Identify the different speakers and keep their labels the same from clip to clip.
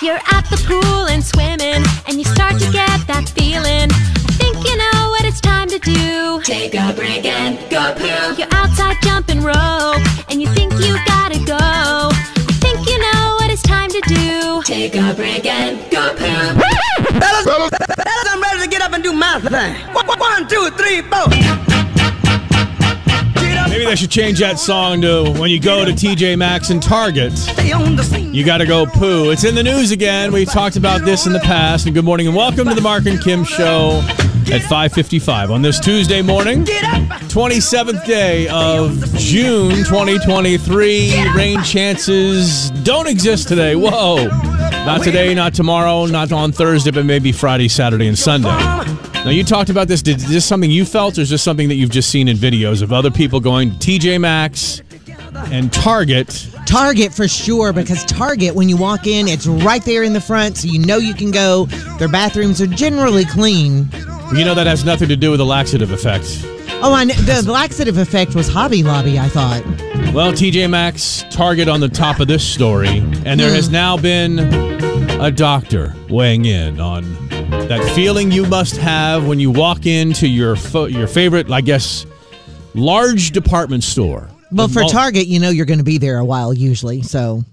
Speaker 1: You're at the pool and swimming, and you start to get that feeling. I think you know what it's time to do.
Speaker 2: Take a break and go poo.
Speaker 1: You're outside jumping rope, and you think you gotta go. I think you know what it's time to do.
Speaker 2: Take a break and go poo.
Speaker 3: Fellas, fellas, I'm ready to get up and do my thing. One, one, two, three, four. Get up,
Speaker 4: Maybe they should change that song to when you go to TJ Maxx and Target,
Speaker 3: stay on the scene.
Speaker 4: you got to go poo. It's in the news again. We talked about this in the past. And good morning and welcome to the Mark and Kim show at 5:55 on this Tuesday morning,
Speaker 3: Get up.
Speaker 4: 27th day of June 2023. Rain chances don't exist today. Whoa. Not today, not tomorrow, not on Thursday, but maybe Friday, Saturday, and Sunday. Now you talked about this. Did is this something you felt, or is this something that you've just seen in videos of other people going to TJ Maxx and Target?
Speaker 5: Target for sure, because Target, when you walk in, it's right there in the front, so you know you can go. Their bathrooms are generally clean.
Speaker 4: You know that has nothing to do with the laxative effect.
Speaker 5: Oh, I know, the laxative effect was Hobby Lobby, I thought.
Speaker 4: Well, TJ Maxx, Target on the top of this story, and there
Speaker 5: Hmm.
Speaker 4: has now been a doctor weighing in on that feeling you must have when you walk into your fo- your favorite, I guess, large department store.
Speaker 5: Well,
Speaker 4: The
Speaker 5: for
Speaker 4: mul-
Speaker 5: Target, you know you're going to be there a while usually, so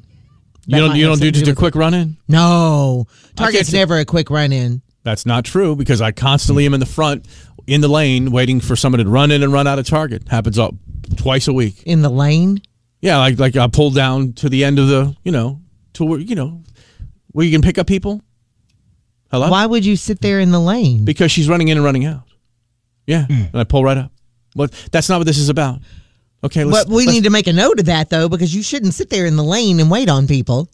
Speaker 4: you
Speaker 5: that
Speaker 4: don't
Speaker 5: might
Speaker 4: you
Speaker 5: have
Speaker 4: don't do
Speaker 5: something to
Speaker 4: just a
Speaker 5: do with
Speaker 4: quick run in.
Speaker 5: no.
Speaker 4: can't
Speaker 5: Target's
Speaker 4: t-
Speaker 5: never a quick run in.
Speaker 4: That's not true because I constantly am in the front, in the lane, waiting for someone to run in and run out of Target. Happens all, twice a week.
Speaker 5: In the lane?
Speaker 4: Yeah, like like I pull down to the end of the, you know, to where you know, where you can pick up people. Hello.
Speaker 5: Why would you sit there in the lane?
Speaker 4: Because she's running in and running out. Yeah,
Speaker 5: Hmm.
Speaker 4: and I pull right up. But that's not what this is about. Okay, let's.
Speaker 5: But we
Speaker 4: let's-
Speaker 5: need to make a note of that, though, because you shouldn't sit there in the lane and wait on people.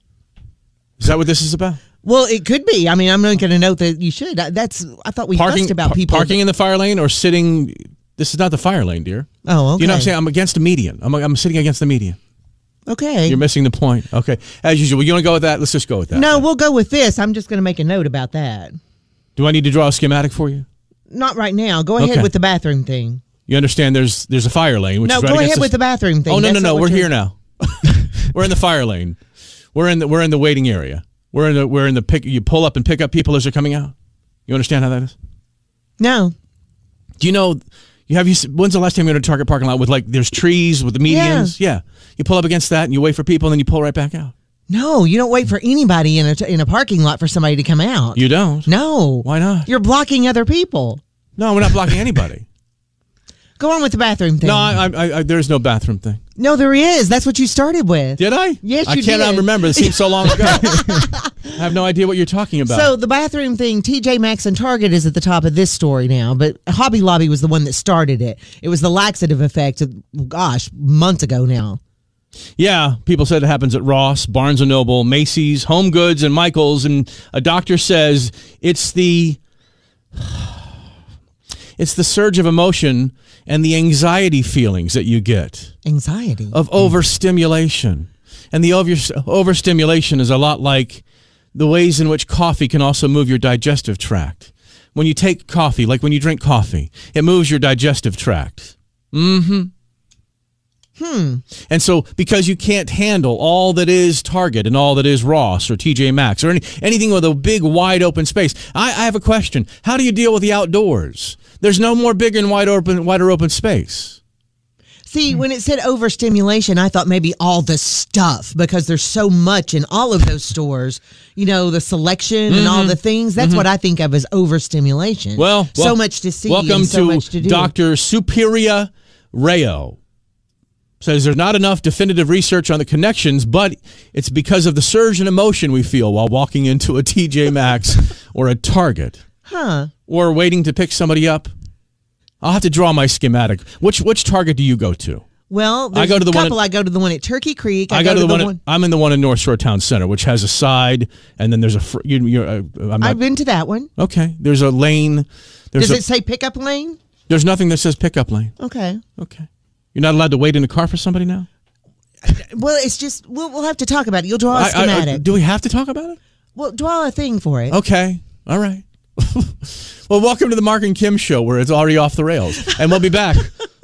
Speaker 4: is that what this is about?
Speaker 5: Well, it could be. I mean, I'm not going to note that you should. I- That's. I thought we
Speaker 4: Parking
Speaker 5: fussed about
Speaker 4: par-
Speaker 5: people
Speaker 4: parking in the fire lane or sitting. This is not the fire lane, dear.
Speaker 5: Oh, okay.
Speaker 4: You know what I'm saying? I'm against the median. I'm, I'm sitting against the median.
Speaker 5: Okay.
Speaker 4: You're missing the point. Okay, as usual. You want to go with that? Let's just go with that.
Speaker 5: no, we'll go with this. I'm just going to make a note about that.
Speaker 4: Do I need to draw a schematic for you?
Speaker 5: Not right now. Go ahead
Speaker 4: Okay.
Speaker 5: with the bathroom thing.
Speaker 4: You understand? There's there's a fire lane. Which
Speaker 5: No,
Speaker 4: is right
Speaker 5: go
Speaker 4: against
Speaker 5: ahead with the bathroom thing.
Speaker 4: Oh no no
Speaker 5: That's not
Speaker 4: no!
Speaker 5: what
Speaker 4: We're
Speaker 5: you're-
Speaker 4: here now. we're in the fire lane. We're in the we're in the waiting area. We're in the we're in the pick. You pull up and pick up people as they're coming out. You understand how that is?
Speaker 5: No.
Speaker 4: Do you know? You have you. s- When's the last time you went to Target parking lot with like there's trees with the
Speaker 5: Yeah.
Speaker 4: medians? Yeah. You pull up against that and you wait for people and then you pull right back out.
Speaker 5: No, you don't wait for anybody in a in a parking lot for somebody to come out.
Speaker 4: You don't.
Speaker 5: no.
Speaker 4: Why not?
Speaker 5: You're blocking other people.
Speaker 4: No, we're not blocking anybody.
Speaker 5: Go on with the bathroom thing.
Speaker 4: no, I, I, I, there's no bathroom thing.
Speaker 5: no, there is. That's what you started with.
Speaker 4: Did I?
Speaker 5: Yes,
Speaker 4: I
Speaker 5: you
Speaker 4: cannot
Speaker 5: did.
Speaker 4: remember. It seems so long ago. I have no idea what you're talking about.
Speaker 5: So the bathroom thing, TJ Maxx and Target is at the top of this story now, but Hobby Lobby was the one that started it. It was the laxative effect. Of, gosh, months ago now.
Speaker 4: Yeah, people said it happens at Ross, Barnes and Noble, Macy's, Home Goods, and Michaels. And a doctor says it's the it's the surge of emotion and the anxiety feelings that you get
Speaker 5: Anxiety.
Speaker 4: of overstimulation. And the over, overstimulation is a lot like the ways in which coffee can also move your digestive tract. When you take coffee, like when you drink coffee, it moves your digestive tract. Mm-hmm. Hmm. And so because you can't handle all that is Target and all that is Ross or TJ Maxx or any, anything with a big wide open space, I, I have a question. How do you deal with the outdoors? There's no more bigger and wide open, wider open space.
Speaker 5: See, when it said overstimulation, I thought maybe all the stuff because there's so much in all of those stores. You know, the selection and all the things. That's what I think of as overstimulation.
Speaker 4: Mm-hmm. Well,
Speaker 5: so
Speaker 4: wel-
Speaker 5: much to see.
Speaker 4: Welcome
Speaker 5: and so
Speaker 4: to,
Speaker 5: much to do.
Speaker 4: Dr. Superia Rayo. Says there's not enough definitive research on the connections, but it's because of the surge in emotion we feel while walking into a TJ Maxx or a Target
Speaker 5: Huh.
Speaker 4: or waiting to pick somebody up. I'll have to draw my schematic. Which which Target do you go to?
Speaker 5: Well,
Speaker 4: I
Speaker 5: there's
Speaker 4: go to the
Speaker 5: a
Speaker 4: one
Speaker 5: couple. I go to the one at Turkey Creek.
Speaker 4: I, go, to the, one, I'm in the one in North Shore Town Center, which has a side, and then there's a. Fr- you, you're, uh, I'm not,
Speaker 5: I've been to that one.
Speaker 4: okay. There's a lane. There's
Speaker 5: Does
Speaker 4: a,
Speaker 5: it say pickup lane?
Speaker 4: there's nothing that says pickup lane.
Speaker 5: Okay.
Speaker 4: Okay. You're not allowed to wait in the car for somebody now?
Speaker 5: Well, it's just we'll, we'll have to talk about it. You'll draw a
Speaker 4: I- I- I-
Speaker 5: Oh, schematic.
Speaker 4: do Oh. we have to talk about it?
Speaker 5: well, draw a thing for it.
Speaker 4: Okay. All right. well, welcome to the Mark and Kim show where it's already off the rails. And we'll be back.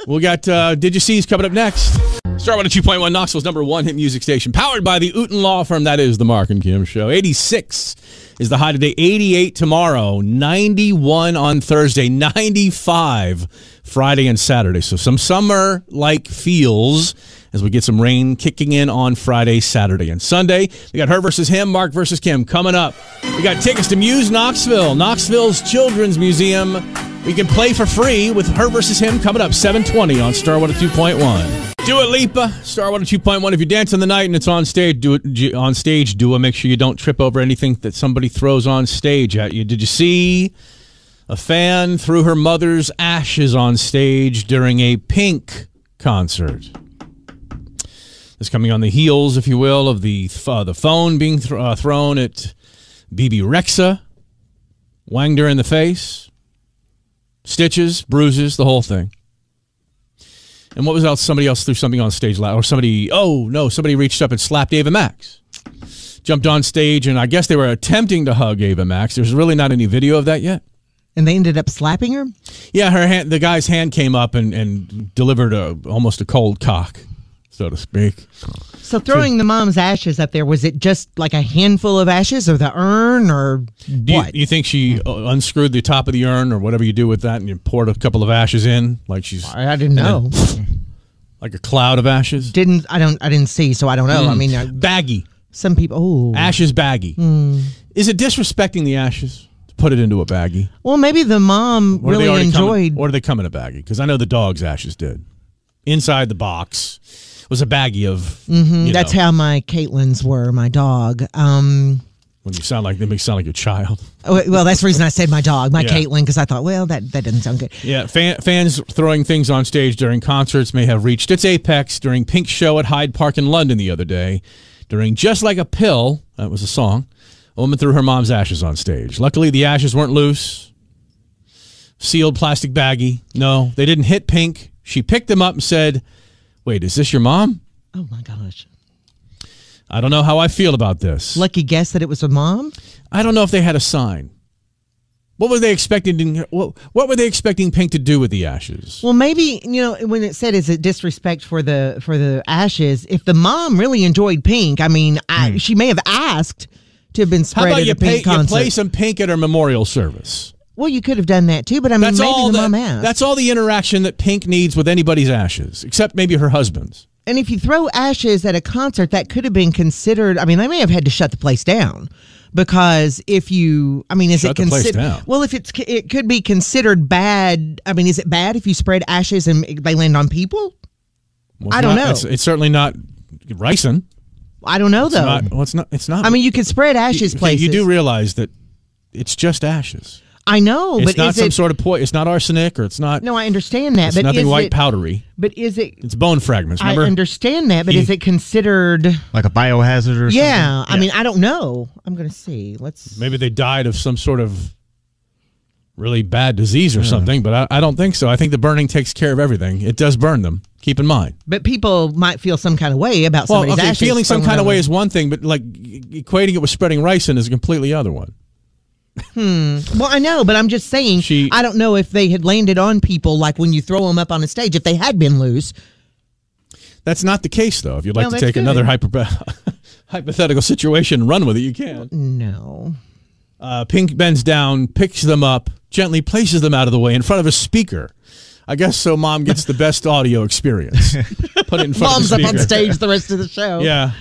Speaker 4: we got uh, Did You See's coming up next. Start one at 2.1 Knoxville's number one hit music station, powered by the Uten Law Firm. That is the Mark and Kim Show. 86 is the high today, 88 tomorrow, 91 on Thursday, 95 Friday and Saturday. So some summer like feels as we get some rain kicking in on Friday, Saturday, and Sunday. We got her versus him, Mark versus Kim coming up. We got tickets to Muse Knoxville, Knoxville's Children's Museum. We can play for free with her versus him coming up 720 on oh Starwater 2.1. Do it, Lipa. Star oh Water 2.1. If you're dancing the night and it's on stage, do it do- on stage. Do it. Make sure you don't trip over anything that somebody throws on stage at you. Did you see a fan threw her mother's ashes on stage during a Pink concert? This coming on the heels, if you will, of the uh, the phone being thr uh, thrown at BB Rexa, whanged her in the face, stitches, bruises, the whole thing. And what was else? Somebody else threw something on stage, la- or somebody. Oh no! Somebody reached up and slapped Ava Max. Jumped on stage, and I guess they were attempting to hug Ava Max. There's really not any video of that yet.
Speaker 5: And they ended up slapping her?
Speaker 4: Yeah, her hand, the guy's hand came up and, and delivered a almost a cold cock, so to speak.
Speaker 5: So throwing the mom's ashes up there, was it just like a handful of ashes or the urn or
Speaker 4: Do you,
Speaker 5: what?
Speaker 4: you think she uh, unscrewed the top of the urn or whatever you do with that, and you poured a couple of ashes in, like she's
Speaker 5: I, I didn't know.
Speaker 4: like a cloud of ashes, Mm.
Speaker 5: didn't I don't I didn't see, so I don't
Speaker 4: Hmm.
Speaker 5: know. I mean uh,
Speaker 4: baggy
Speaker 5: some people oh
Speaker 4: ashes, baggy.
Speaker 5: Hmm.
Speaker 4: Is it disrespecting the ashes to put it into a baggie?
Speaker 5: well maybe the mom
Speaker 4: Or do they
Speaker 5: really
Speaker 4: already come in-
Speaker 5: enjoyed
Speaker 4: or do they come in a baggie? Because I know the dog's ashes did. Inside the box was a baggie of. you
Speaker 5: Mm-hmm. that's
Speaker 4: know,
Speaker 5: how my Caitlins were, my dog. Um
Speaker 4: when you sound like they make you sound like a child.
Speaker 5: oh, well that's the reason I said my dog, my
Speaker 4: Yeah.
Speaker 5: Caitlin, because I thought, well that, that doesn't sound good.
Speaker 4: Yeah, fan, fans throwing things on stage during concerts may have reached its apex during Pink's show at Hyde Park in London the other day. During Just Like a Pill, that was a song, a woman threw her mom's ashes on stage. Luckily, the ashes weren't loose, sealed plastic baggie. No, they didn't hit Pink. She picked them up and said, Wait, is this your mom?
Speaker 5: Oh my gosh.
Speaker 4: I don't know how I feel about this.
Speaker 5: Lucky guess that it was a mom?
Speaker 4: I don't know if they had a sign. What were they expecting? What, what were they expecting Pink to do with the ashes?
Speaker 5: Well, maybe you know when it said is it disrespect for the for the ashes? If the mom really enjoyed pink, I mean, I, she may have asked to have been
Speaker 4: Hmm. How
Speaker 5: spread
Speaker 4: about
Speaker 5: at
Speaker 4: you,
Speaker 5: the pink
Speaker 4: pay, you
Speaker 5: concert.
Speaker 4: play some Pink at her memorial service?
Speaker 5: well, you could have done that too, but I mean,
Speaker 4: That's
Speaker 5: maybe
Speaker 4: all.
Speaker 5: the
Speaker 4: that-
Speaker 5: mom asked.
Speaker 4: that's all the interaction that Pink needs with anybody's ashes, except maybe her husband's.
Speaker 5: and if you throw ashes at a concert, that could have been considered. I mean, they may have had to shut the place down because if you, I mean, is
Speaker 4: Shut
Speaker 5: it
Speaker 4: the place down.
Speaker 5: considered? Well, if it's it could be considered bad. I mean, is it bad if you spread ashes and they land on people?
Speaker 4: Well, it's
Speaker 5: I don't
Speaker 4: not-
Speaker 5: know.
Speaker 4: It's, it's certainly not ricin.
Speaker 5: I don't know though.
Speaker 4: Not, well, it's not. It's not.
Speaker 5: Oh. I mean, you could spread ashes
Speaker 4: you,
Speaker 5: places.
Speaker 4: you do realize that it's just ashes.
Speaker 5: I know,
Speaker 4: It's
Speaker 5: but
Speaker 4: not
Speaker 5: is
Speaker 4: some
Speaker 5: it,
Speaker 4: sort of poison. It's not arsenic, or it's not.
Speaker 5: No, I understand that,
Speaker 4: it's
Speaker 5: but
Speaker 4: nothing
Speaker 5: is
Speaker 4: white
Speaker 5: it,
Speaker 4: powdery.
Speaker 5: But is it?
Speaker 4: It's bone fragments. Remember?
Speaker 5: I understand that, but is
Speaker 4: You-
Speaker 5: it considered?
Speaker 6: like a biohazard or something.
Speaker 5: Yeah, I mean, I don't know. I'm gonna see. Let's.
Speaker 4: Maybe they died of some sort of really bad disease
Speaker 5: Hmm.
Speaker 4: or something, but I, I don't think so. I think the burning takes care of everything. It does burn them. Keep in mind.
Speaker 5: But people might feel some kind of way about
Speaker 4: Well,
Speaker 5: somebody's
Speaker 4: okay,
Speaker 5: ashes
Speaker 4: feeling some
Speaker 5: thrown
Speaker 4: kind of
Speaker 5: out.
Speaker 4: way is one thing, but like e-, equating it with spreading ricin is a completely other one.
Speaker 5: Well, I know, but I'm just saying.
Speaker 4: She-
Speaker 5: I don't know if they had landed on people like when you throw them up on a stage. If they had been loose,
Speaker 4: That's not the case, though. If you'd like
Speaker 5: Well,
Speaker 4: to
Speaker 5: that's
Speaker 4: take
Speaker 5: good.
Speaker 4: another hyper- hypothetical situation and run with it, you can.
Speaker 5: no.
Speaker 4: Uh, Pink bends down, picks them up, gently places them out of the way in front of a speaker. I guess so mom gets the best audio experience. Put it in front of
Speaker 5: Mom's
Speaker 4: the
Speaker 5: up
Speaker 4: speaker.
Speaker 5: on stage the rest of the show.
Speaker 4: Yeah.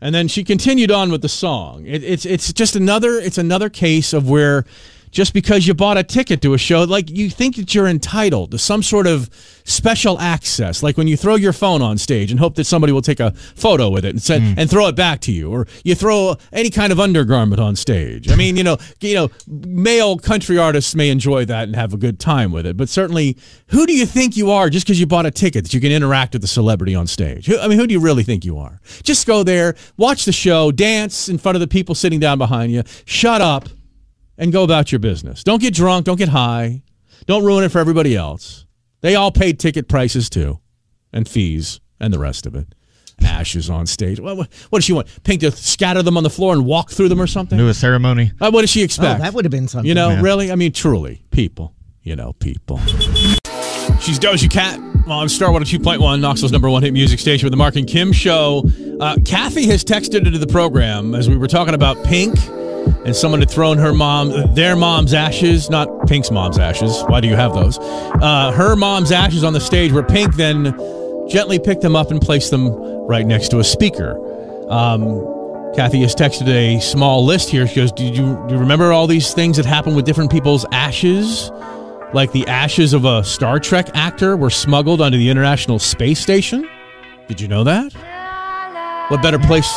Speaker 4: And then she continued on with the song. It, it's it's just another it's another case of where just because you bought a ticket to a show, like you think that you're entitled to some sort of special access, like when you throw your phone on stage and hope that somebody will take a photo with it and send, and throw it back to you, or you throw any kind of undergarment on stage. I mean, you know, you know, male country artists may enjoy that and have a good time with it, but certainly, who do you think you are just because you bought a ticket that you can interact with the celebrity on stage? Who, I mean, who do you really think you are? Just go there, watch the show, dance in front of the people sitting down behind you, shut up, and go about your business. Don't get drunk, don't get high, don't ruin it for everybody else. They all paid ticket prices too, and fees, and the rest of it. Ashes on stage. What, what, what does she want? Pink to scatter them on the floor and walk through them or something?
Speaker 6: Do a ceremony.
Speaker 4: Uh, what does she
Speaker 5: Oh,
Speaker 4: expect?
Speaker 5: that would have been something.
Speaker 4: You know,
Speaker 6: Yeah.
Speaker 4: really? I mean, truly, people. You know, people. She's Doja Cat on Star Water 2.1, Knoxville's number one hit music station with the Mark and Kim show. Uh, Kathy has texted into the program as we were talking about Pink, and someone had thrown her mom, their mom's ashes, not Pink's mom's ashes. Why do you have those? Uh, her mom's ashes on the stage, where Pink then gently picked them up and placed them right next to a speaker. Um, Kathy has texted a small list here. She goes, "Do you, do you remember all these things that happened with different people's ashes?" like the ashes of a Star Trek actor were smuggled onto the International Space Station. Did you know that? What better place?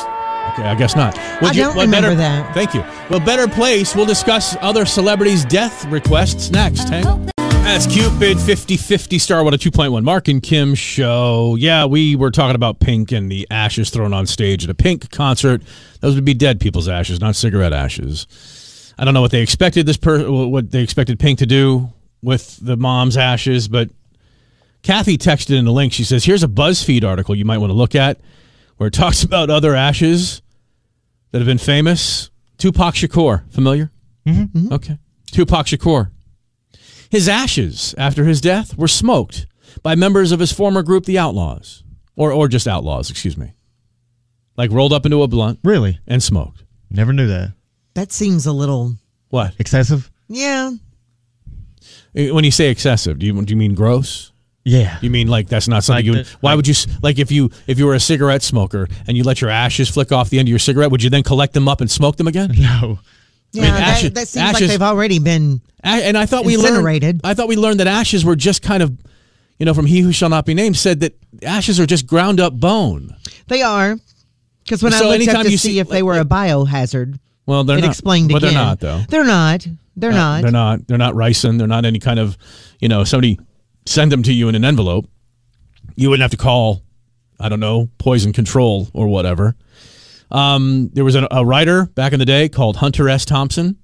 Speaker 4: Okay, I guess not. Would
Speaker 5: I
Speaker 4: you-
Speaker 5: don't
Speaker 4: what better-
Speaker 5: remember that.
Speaker 4: Thank you. Well, better place. We'll discuss other celebrities' death requests next. Hang on. That's Cupid 5050 Star What a 2.1 Mark and Kim show. Yeah, we were talking about Pink and the ashes thrown on stage at a Pink concert. Those would be dead people's ashes, not cigarette ashes. I don't know what they expected this per what they expected Pink to do with the mom's ashes, but Kathy texted in a link. She says, "Here's a BuzzFeed article you might want to look at where it talks about other ashes that have been famous. Tupac Shakur, familiar? Mm-hmm. Okay, Tupac Shakur. His ashes after his death were smoked by members of his former group, the Outlaws, or or just Outlaws, excuse me, like rolled up into a blunt
Speaker 6: Really?
Speaker 4: and smoked.
Speaker 6: Never knew that.
Speaker 5: That seems a little,
Speaker 4: What?
Speaker 6: Excessive?
Speaker 5: yeah.
Speaker 4: When you say excessive, do you do you mean gross?
Speaker 6: Yeah.
Speaker 4: You mean like that's not something
Speaker 6: Like
Speaker 4: you? Would,
Speaker 6: the-
Speaker 4: why would you s- like if you if you were a cigarette smoker and you let your ashes flick off the end of your cigarette? Would you then collect them up and smoke them again?
Speaker 6: No.
Speaker 5: Yeah,
Speaker 4: mean,
Speaker 5: that,
Speaker 4: ashes-
Speaker 5: that seems
Speaker 4: ashes-
Speaker 5: like they've already been.
Speaker 4: A- And I thought we learned.
Speaker 5: Incinerated.
Speaker 4: I thought we learned that ashes were just kind of, you know, from He Who Shall Not Be Named said that ashes are just ground up bone.
Speaker 5: They are. Because when
Speaker 4: So
Speaker 5: I looked
Speaker 4: anytime
Speaker 5: up to
Speaker 4: you
Speaker 5: see,
Speaker 4: see-
Speaker 5: if they were a biohazard,
Speaker 4: Well, they're
Speaker 5: it
Speaker 4: not
Speaker 5: explained
Speaker 4: but
Speaker 5: again.
Speaker 4: they're not though.
Speaker 5: They're not. They're not.
Speaker 4: Uh, They're not. They're not ricin. They're not any kind of, you know, somebody send them to you in an envelope. You wouldn't have to call, I don't know, poison control or whatever. Um, there was a, a writer back in the day called Hunter S. Thompson,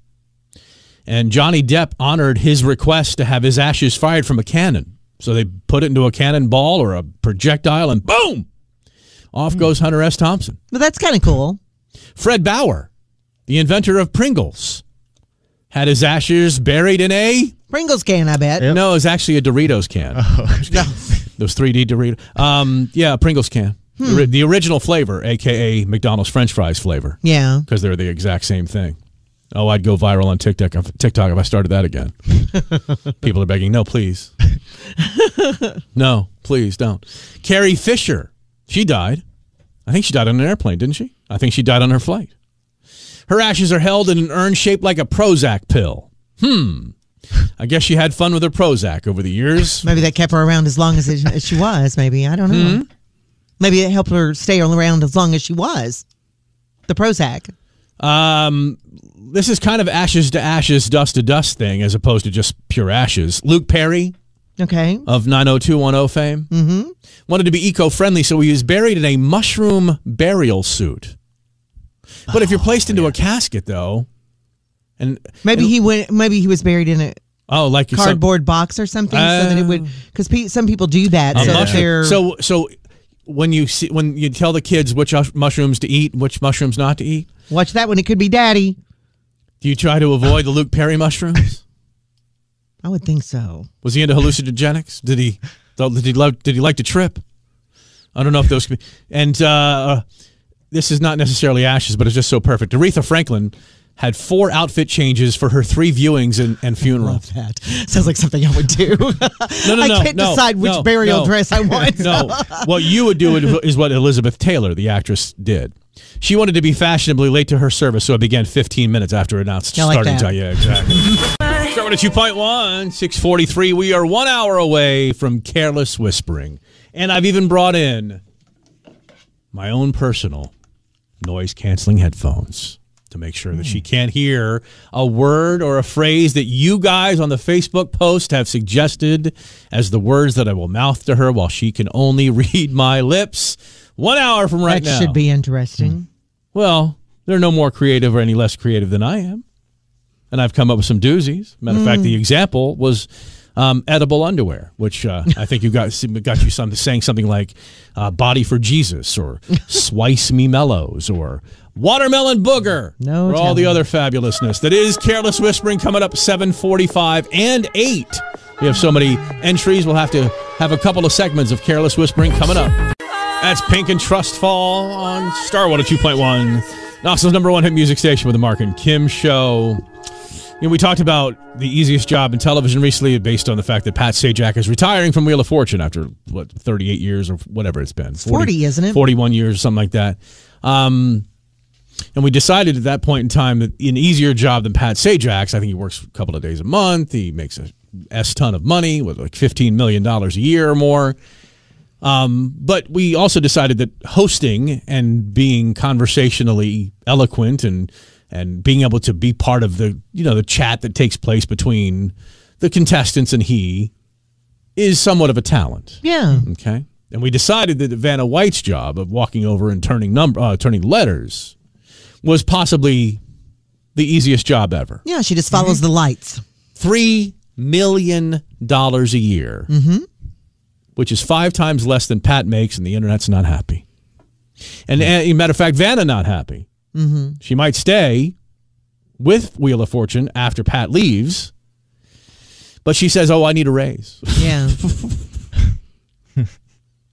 Speaker 4: and Johnny Depp honored his request to have his ashes fired from a cannon. So they put it into a cannonball or a projectile, and boom,
Speaker 5: Hmm.
Speaker 4: off goes Hunter S. Thompson.
Speaker 5: But that's kind of cool.
Speaker 4: Fred Bauer, the inventor of Pringles, had his ashes buried in a
Speaker 5: Pringles can, I bet.
Speaker 6: Yep.
Speaker 4: no, it was actually a Doritos can. Those 3D Doritos. Um, yeah, Pringles can. The, ri- the original flavor, aka McDonald's French fries flavor,
Speaker 5: Yeah.
Speaker 4: because they're the exact same thing. Oh, I'd go viral on TikTok if, TikTok if I started that again. People are begging, no, please, no, please don't. Carrie Fisher, she died. I think she died on an airplane, didn't she? I think she died on her flight. Her ashes are held in an urn shaped like a Prozac pill. Hmm. I guess she had fun with her Prozac over the years.
Speaker 5: Maybe that kept her around as long as, it, as she was. Maybe I don't know.
Speaker 4: Hmm?
Speaker 5: Maybe it helped her stay around as long as she was. The Prozac.
Speaker 4: this is kind of ashes to ashes, dust to dust thing, as opposed to just pure ashes. Luke Perry
Speaker 5: Okay.
Speaker 4: of 90210 fame mm-hmm. wanted to be eco friendly, so he was buried in a mushroom burial suit. But if you're placed into a casket, though, and
Speaker 5: Maybe he went. Maybe he was buried in a
Speaker 4: oh, like you said-
Speaker 5: cardboard box or something, so that it
Speaker 4: Oh.
Speaker 5: would. Because pe- some people do that.
Speaker 4: A
Speaker 5: So that
Speaker 4: mushroom.
Speaker 5: they're.
Speaker 4: so so when you see when you tell the kids which us- mushrooms to eat and which mushrooms not to eat,
Speaker 5: watch that one. It could be Daddy.
Speaker 4: do you try to avoid the Luke Perry mushrooms?
Speaker 5: I would think so.
Speaker 4: Was he into hallucinogenics? Did he did he love did he like to trip? I don't know if those could be. And uh, this is not necessarily ashes, but it's just so perfect. Aretha Franklin had four outfit changes for her three viewings and, and funeral.
Speaker 5: Love that. Sounds like something I would do.
Speaker 4: No, no,
Speaker 5: I
Speaker 4: no,
Speaker 5: can't
Speaker 4: no,
Speaker 5: decide which
Speaker 4: no,
Speaker 5: burial
Speaker 4: no.
Speaker 5: dress I want.
Speaker 4: No, what you would do is what Elizabeth Taylor, the actress, did. She wanted to be fashionably late to her service, so it began 15 minutes after announced
Speaker 5: I like
Speaker 4: starting
Speaker 5: that.
Speaker 4: time. Yeah, exactly. Starting at 2.1, 643. We are one hour away from careless whispering. And I've even brought in my own personal noise canceling headphones to make sure that she
Speaker 5: Hmm.
Speaker 4: can't hear a word or a phrase that you guys on the Facebook post have suggested as the words that I will mouth to her while she can only read my lips. One hour from right
Speaker 5: That
Speaker 4: now. Mm.
Speaker 5: should be interesting.
Speaker 4: Well, they're no more creative or any less creative than I am. And I've come up with some doozies. Matter of fact,
Speaker 5: Mm.
Speaker 4: the example was um, edible underwear, which uh, I think you got got you some saying something like uh, "body for Jesus" or "swice me mellows" or "watermelon booger."
Speaker 5: No
Speaker 4: or all the
Speaker 5: telling.
Speaker 4: other fabulousness that is careless whispering coming up seven forty-five and eight We have so many entries. We'll have to have a couple of segments of careless whispering coming up. That's Pink and Trust Fall on oh Starwater 2.1. Knoxville's number one hit music station with the Mark and Kim show. You know, we talked about the easiest job in television recently based on the fact that Pat Sajak is retiring from Wheel of Fortune after, what, 38 years or whatever it's been.
Speaker 5: 40, isn't it?
Speaker 4: 41 years or something like that. Um, and we decided at that point in time that an easier job than Pat Sajak's, I think he works a couple of days a month, he makes a S ton of money with like $15 million a year or more. Um, but we also decided that hosting and being conversationally eloquent and and being able to be part of the you know the chat that takes place between the contestants and he is somewhat of a talent.
Speaker 5: Yeah.
Speaker 4: Okay. And we decided that Vanna White's job of walking over and turning number uh, turning letters was possibly the easiest job ever.
Speaker 5: Yeah, she just follows the lights.
Speaker 4: Three million dollars a year, which is five times less than Pat makes, and the internet's not happy. And a matter of fact, Vanna not happy. She might stay with Wheel of Fortune after Pat leaves, but she says, "Oh, I need a raise."
Speaker 5: Yeah.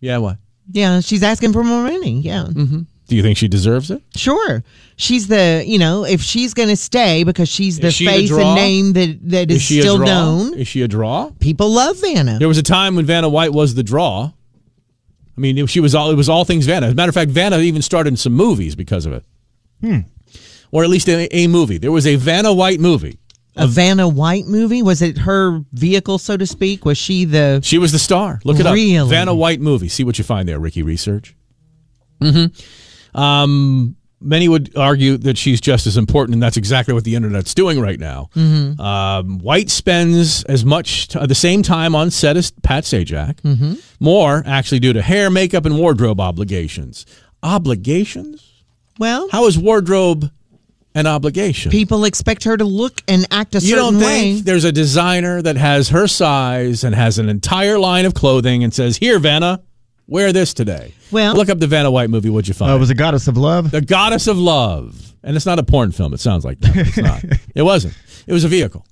Speaker 4: yeah, what?
Speaker 5: yeah, she's asking for more money. Yeah.
Speaker 4: Do you think she deserves it?
Speaker 5: Sure. She's the, you know, if she's going to stay because she's the
Speaker 4: she a
Speaker 5: face
Speaker 4: draw?
Speaker 5: and name that, that is,
Speaker 4: a
Speaker 5: still
Speaker 4: draw?
Speaker 5: known,
Speaker 4: Is she a draw?
Speaker 5: people love Vanna.
Speaker 4: There was a time when Vanna White was the draw. I mean, it- she was all it was all things Vanna. As a matter of fact, Vanna even starred in some movies because of it, hmm. or at least a, a movie. There was a Vanna White movie.
Speaker 5: a Vanna White movie? Was it her vehicle, so to speak? Was she the.
Speaker 4: She was the star. Look it up.
Speaker 5: Really?
Speaker 4: Vanna White movie. See what you find there, Ricky. Research.
Speaker 5: Mm-hmm.
Speaker 4: Hmm. Um. Many would argue that she's just as important, and that's exactly what the internet's doing right now.
Speaker 5: Mm-hmm.
Speaker 4: Um, White spends as much t- the same time on set as Pat Sajak,
Speaker 5: Mm-hmm.
Speaker 4: more actually due to hair, makeup, and wardrobe obligations. Obligations?
Speaker 5: Well,
Speaker 4: How is wardrobe an obligation?
Speaker 5: people expect her to look and act a
Speaker 4: you
Speaker 5: certain
Speaker 4: don't
Speaker 5: way.
Speaker 4: think there's a designer that has her size and has an entire line of clothing and says, "Here, Vanna, wear this today."
Speaker 5: Well-
Speaker 4: look up the Vanna White movie. What'd you find?
Speaker 6: Uh, was a goddess of love.
Speaker 4: the Goddess of Love, and it's not a porn film. It sounds like that. It's not. it wasn't. It was a vehicle.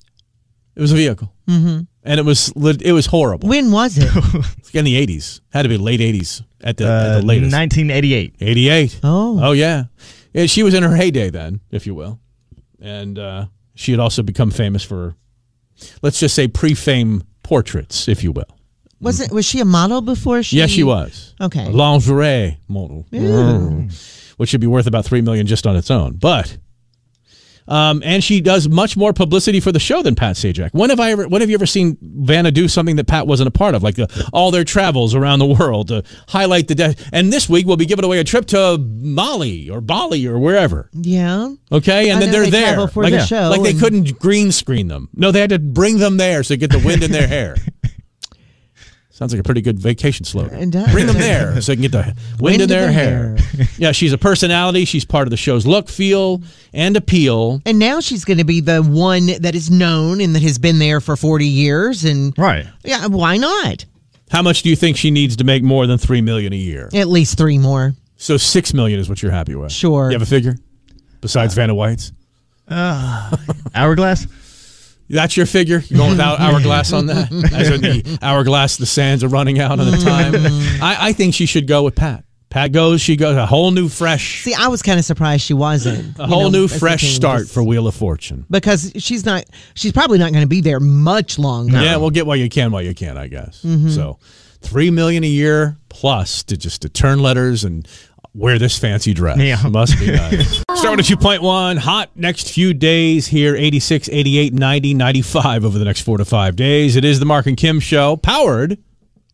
Speaker 4: It was a vehicle, mm-hmm. and it was lit- it was horrible.
Speaker 5: when was it?
Speaker 4: in the '80s, had to be late '80s at the, at
Speaker 6: Uh,
Speaker 4: the latest.
Speaker 6: 1988.
Speaker 4: 88.
Speaker 5: Oh.
Speaker 4: Oh, yeah. yeah. She was in her heyday then, if you will. And uh, she had also become famous for, let's just say, pre fame portraits, if you will.
Speaker 5: was it? Was she a model before she?
Speaker 4: yes, she was.
Speaker 5: Okay.
Speaker 4: A lingerie model. Mm. Which should be worth about $3 million just on its own. But. Um, and she does much more publicity for the show than Pat Sajak. When have I ever? When have you ever seen Vanna do something that Pat wasn't a part of, like the, all their travels around the world to highlight the death? And this week we'll be giving away a trip to Mali or Bali or wherever.
Speaker 5: Yeah.
Speaker 4: Okay, and
Speaker 5: I
Speaker 4: then
Speaker 5: know
Speaker 4: they're
Speaker 5: they
Speaker 4: there.
Speaker 5: travel for
Speaker 4: like,
Speaker 5: the show
Speaker 4: like they
Speaker 5: and-
Speaker 4: couldn't green screen them. No, they had to bring them there so they get the wind in their hair. Sounds like a pretty good vacation slogan.
Speaker 5: It does.
Speaker 4: Bring them there so they can get the wind, in their, hair. yeah, she's a personality. She's part of the show's look, feel, and appeal.
Speaker 5: And now she's going to be the one that is known and that has been there for forty years. And
Speaker 6: Right.
Speaker 5: yeah, why not?
Speaker 4: How much do you think she needs to make more than three million a year?
Speaker 5: At least three more.
Speaker 4: So six million is what you're happy with.
Speaker 5: Sure. Uh,
Speaker 4: You have a figure besides Vanna White's.
Speaker 6: Hourglass.
Speaker 4: That's your figure. You're going without hourglass on that. As in the hourglass, the sands are running out on the time.
Speaker 5: Mm.
Speaker 4: I, I think she should go with Pat. Pat goes. She goes a whole new fresh,
Speaker 5: See, I was kind of surprised she wasn't.
Speaker 4: a whole new fresh start
Speaker 5: for.
Speaker 4: for Wheel of Fortune.
Speaker 5: because she's not she's probably not going to be there much longer.
Speaker 4: Yeah, well, get while you can, while you can, I guess.
Speaker 5: Mm-hmm.
Speaker 4: So, three million a year plus to just to turn letters and wear this fancy dress.
Speaker 6: Yeah.
Speaker 4: must be nice. Starting at two point one, hot next few days here 86, 88, 90, 95 over the next four to five days. It is the Mark and Kim show, powered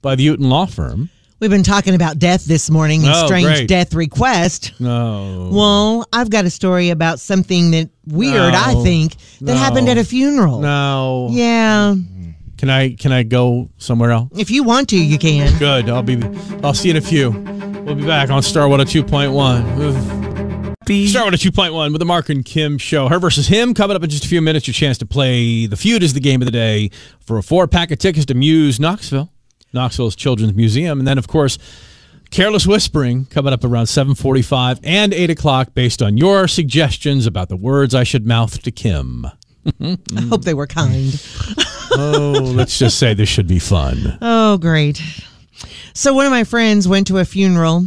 Speaker 4: by the Uton Law Firm.
Speaker 5: We've been talking about death this morning and
Speaker 4: Oh,
Speaker 5: strange
Speaker 4: great. Hmm.
Speaker 5: death request.
Speaker 4: No.
Speaker 5: Well, I've got a story about something that weird, I
Speaker 4: No.
Speaker 5: think, that
Speaker 4: No.
Speaker 5: happened at a funeral.
Speaker 4: No.
Speaker 5: Yeah.
Speaker 4: Can I can I go somewhere else?
Speaker 5: If you want to,
Speaker 4: Uh-huh.
Speaker 5: you can.
Speaker 4: Good. I'll be I'll see you in a few. We'll be back on oh Starwater 2.1. Oof. Starwater 2.1 with the Mark and Kim show. Her versus him coming up in just a few minutes. Your chance to play The Feud is the game of the day for a four pack of tickets to Muse Knoxville, Knoxville's Children's Museum. And then, of course, Careless Whispering coming up around 745 and 8 o'clock based on your suggestions about the words I should mouth to Kim.
Speaker 5: I hope they were kind.
Speaker 4: Oh, let's just say this should be fun.
Speaker 5: Oh, great. So one of my friends went to a funeral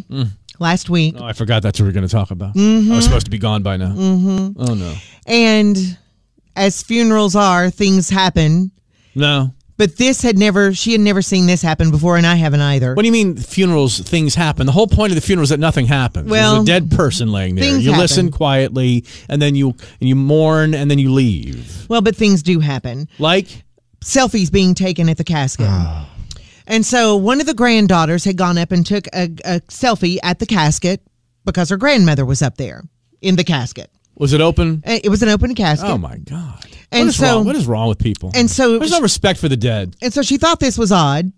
Speaker 5: last week,
Speaker 4: Mm. Oh, I forgot that's what we are going to talk about.
Speaker 5: Mm-hmm.
Speaker 4: I was supposed to be gone by now. Oh no,
Speaker 5: and as funerals are, things happen.
Speaker 4: no.
Speaker 5: But this had never, she had never seen this happen before, and I haven't either.
Speaker 4: What do you mean funerals? Things happen. The whole point of the funeral is that nothing happens. There's
Speaker 5: Well,
Speaker 4: a dead person laying there.
Speaker 5: things
Speaker 4: you
Speaker 5: happen.
Speaker 4: listen quietly, and then you and you mourn, and then you leave.
Speaker 5: well, but things do happen.
Speaker 4: Like
Speaker 5: selfies being taken at the casket.
Speaker 4: Ah.
Speaker 5: and so one of the granddaughters had gone up and took a, a selfie at the casket because her grandmother was up there in the casket.
Speaker 4: was it open?
Speaker 5: Uh, It was an open casket.
Speaker 4: Oh my god!
Speaker 5: And
Speaker 4: what is
Speaker 5: so-
Speaker 4: wrong? what is wrong with people?
Speaker 5: and so-
Speaker 4: there's no respect for the dead.
Speaker 5: And so she thought this was odd.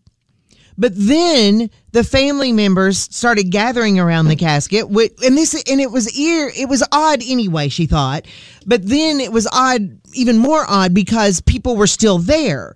Speaker 5: But then the family members started gathering around the casket, wi- and this and it was ear it was odd anyway. She thought, but then it was odd, even more odd because people were still there.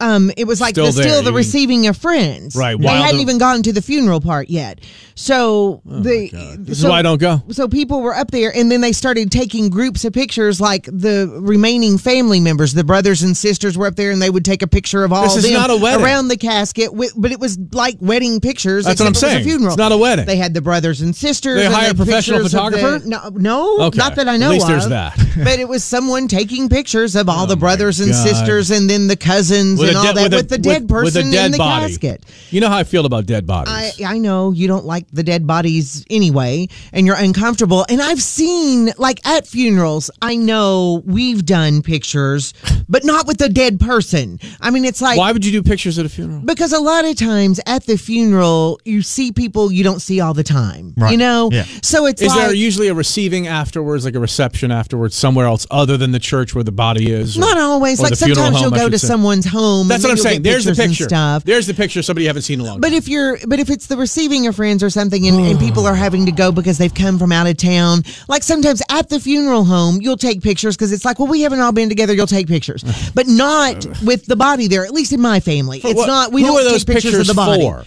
Speaker 5: Um, it was like
Speaker 4: Still
Speaker 5: the,
Speaker 4: there,
Speaker 5: still the
Speaker 4: you mean.
Speaker 5: receiving of friends.
Speaker 4: Right,
Speaker 5: they
Speaker 4: while
Speaker 5: hadn't
Speaker 4: the- Oh,
Speaker 5: even gotten to the funeral part yet. So the
Speaker 4: This is why I don't go.
Speaker 5: so people were up there and then they started taking groups of pictures like the remaining family members the brothers and sisters were up there and they would take a picture of all
Speaker 4: This
Speaker 5: of
Speaker 4: is
Speaker 5: them
Speaker 4: not a wedding.
Speaker 5: around the casket with, but it was like wedding pictures
Speaker 4: That's what
Speaker 5: except
Speaker 4: I'm
Speaker 5: it
Speaker 4: saying.
Speaker 5: was a funeral
Speaker 4: It's not a wedding.
Speaker 5: they had the brothers and sisters
Speaker 4: They
Speaker 5: and
Speaker 4: hire
Speaker 5: had
Speaker 4: professional
Speaker 5: pictures of the-
Speaker 4: photographer?
Speaker 5: no, no
Speaker 4: Okay.
Speaker 5: not that I
Speaker 4: At
Speaker 5: know
Speaker 4: least
Speaker 5: of
Speaker 4: there's that. Oh
Speaker 5: but it was someone taking pictures of all the brothers and
Speaker 4: God.
Speaker 5: sisters and then the cousins
Speaker 4: a
Speaker 5: and all
Speaker 4: dead-
Speaker 5: that with,
Speaker 4: a-
Speaker 5: the dead person
Speaker 4: with a dead
Speaker 5: in the
Speaker 4: body.
Speaker 5: casket
Speaker 4: You know how I feel about dead bodies.
Speaker 5: I, I know you don't like the dead bodies anyway, and you're uncomfortable. And I've seen, like, at funerals, I know we've done pictures, but not with the dead person. I mean, it's like,
Speaker 4: why would you do pictures at a funeral?
Speaker 5: because a lot of times at the funeral, you see people you don't see all the time, you
Speaker 6: Right.
Speaker 5: know?
Speaker 6: Yeah.
Speaker 5: So it's
Speaker 4: Is
Speaker 5: like,
Speaker 4: there usually a receiving afterwards, like a reception afterwards, somewhere else other than the church where the body is? or-
Speaker 5: not always.
Speaker 4: or
Speaker 5: Like,
Speaker 4: the funeral
Speaker 5: sometimes
Speaker 4: home,
Speaker 5: you'll
Speaker 4: I
Speaker 5: go
Speaker 4: should
Speaker 5: to
Speaker 4: say.
Speaker 5: someone's home.
Speaker 4: That's what
Speaker 5: and
Speaker 4: I'm
Speaker 5: then you'll
Speaker 4: saying.
Speaker 5: get
Speaker 4: There's the
Speaker 5: pictures and
Speaker 4: picture.
Speaker 5: Stuff.
Speaker 4: There's the picture. of Somebody you haven't seen in a long
Speaker 5: But
Speaker 4: time.
Speaker 5: if you're, but if it's the receiving of friends or something, and, and people are having to go because they've come from out of town, like sometimes at the funeral home, you'll take pictures because it's like, well, we haven't all been together. You'll take pictures, but not with the body there. At least in my family, it's
Speaker 4: What-
Speaker 5: not. We
Speaker 4: who
Speaker 5: don't
Speaker 4: are those
Speaker 5: take pictures, of the body.
Speaker 4: for?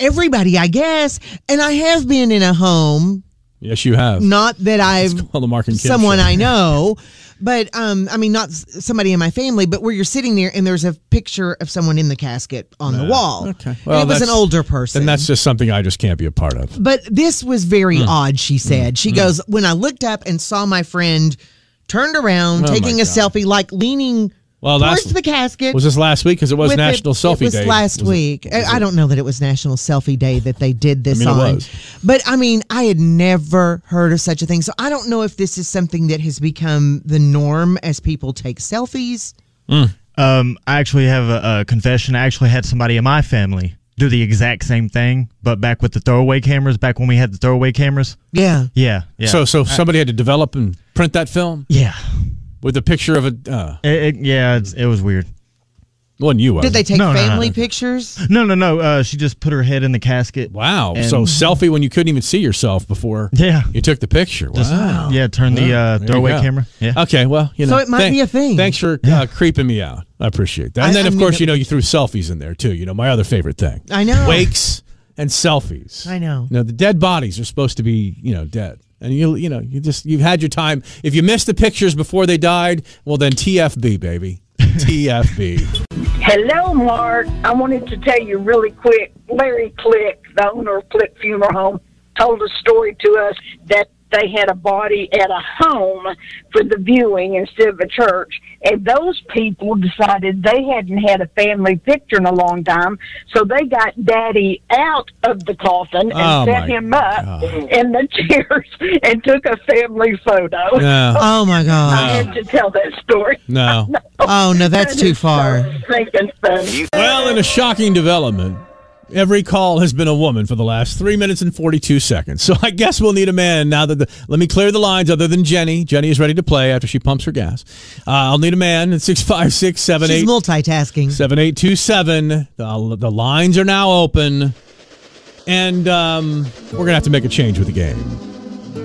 Speaker 5: Everybody, I guess. And I have been in a home,
Speaker 4: Yes, you have.
Speaker 5: not that I've
Speaker 4: Well, the Mark and Kim
Speaker 5: someone
Speaker 4: show.
Speaker 5: I know, but um, I mean, not s- somebody in my family, but where you're sitting there and there's a picture of someone in the casket on the wall.
Speaker 4: Okay.
Speaker 5: And it was an
Speaker 4: that's-
Speaker 5: older person.
Speaker 4: Then that's just something I just can't be a part of.
Speaker 5: But this was very
Speaker 4: Hmm.
Speaker 5: odd, she said. She goes, When I looked up and saw my friend turned around,
Speaker 4: Oh, my
Speaker 5: taking a
Speaker 4: God.
Speaker 5: selfie, like leaning
Speaker 4: Well, that's-
Speaker 5: towards the casket.
Speaker 4: Was this last week? Because it was
Speaker 5: with
Speaker 4: National
Speaker 5: it,
Speaker 4: Selfie
Speaker 5: it was
Speaker 4: Day.
Speaker 5: last
Speaker 4: Was it-
Speaker 5: week. I I don't know that it was National Selfie Day that they did
Speaker 4: I
Speaker 5: this
Speaker 4: mean, it
Speaker 5: on,
Speaker 4: was.
Speaker 5: but I mean, I had never heard of such a thing. So I don't know if this is something that has become the norm as people take selfies.
Speaker 6: Um, I actually have a, a confession. I actually had somebody in my family do the exact same thing, but back with the throwaway cameras. Back when we had the throwaway cameras.
Speaker 5: Yeah,
Speaker 6: Yeah. Yeah.
Speaker 4: So, so somebody had to develop and print that film
Speaker 6: yeah.
Speaker 4: with a picture of a. Uh,
Speaker 6: It, it- yeah. It's, it was weird.
Speaker 4: wasn't you?
Speaker 5: did
Speaker 4: was
Speaker 5: they
Speaker 4: it?
Speaker 5: take
Speaker 6: No, no, no,
Speaker 5: family
Speaker 6: no.
Speaker 5: pictures?
Speaker 6: No, no, no. Uh, she just put her head in the casket.
Speaker 4: Wow.
Speaker 6: And-
Speaker 4: so selfie when you couldn't even see yourself before.
Speaker 6: Yeah.
Speaker 4: You took the picture. Wow.
Speaker 6: Yeah. Turn the
Speaker 4: Wow.
Speaker 6: uh,
Speaker 4: There you
Speaker 6: throwaway
Speaker 4: go.
Speaker 6: camera. Yeah.
Speaker 4: Okay. Well, you know.
Speaker 5: So it might be a thing.
Speaker 4: Thanks for uh, creeping me out. I appreciate that.
Speaker 5: I-
Speaker 4: And then,
Speaker 5: I
Speaker 4: of
Speaker 5: mean,
Speaker 4: course,
Speaker 5: it-
Speaker 4: you know, you threw selfies in there too. You know, my other favorite thing.
Speaker 5: I know.
Speaker 4: Wakes and selfies.
Speaker 5: I know.
Speaker 4: You know, the dead bodies are supposed to be, you know, dead. And you, you know, you just you've had your time. If you missed the pictures before they died, well, then TFB, baby, TFB.
Speaker 7: Hello, Mark. I wanted to tell you really quick. Larry Click, the owner of Click Funeral Home, told a story to us that they had a body at a home for the viewing instead of a church. And those people decided they hadn't had a family picture in a long time, so they got Daddy out of the coffin and
Speaker 4: Oh,
Speaker 7: set
Speaker 4: my
Speaker 7: him up
Speaker 4: God.
Speaker 7: in the chairs and took a family photo.
Speaker 4: No,
Speaker 5: Oh my
Speaker 7: I
Speaker 5: god!
Speaker 7: had to tell that story.
Speaker 4: no.
Speaker 5: Oh no, that's too far.
Speaker 7: Thinking funny.
Speaker 4: Well, in a shocking development, every call has been a woman for the last three minutes and 42 seconds. So I guess we'll need a man now that the. Let me clear the lines other than Jenny. Jenny is ready to play after she pumps her gas. Uh, I'll need a man at 656
Speaker 5: She's multitasking.
Speaker 4: 7827. The, the lines are now open. And um, we're going to have to make a change with the game.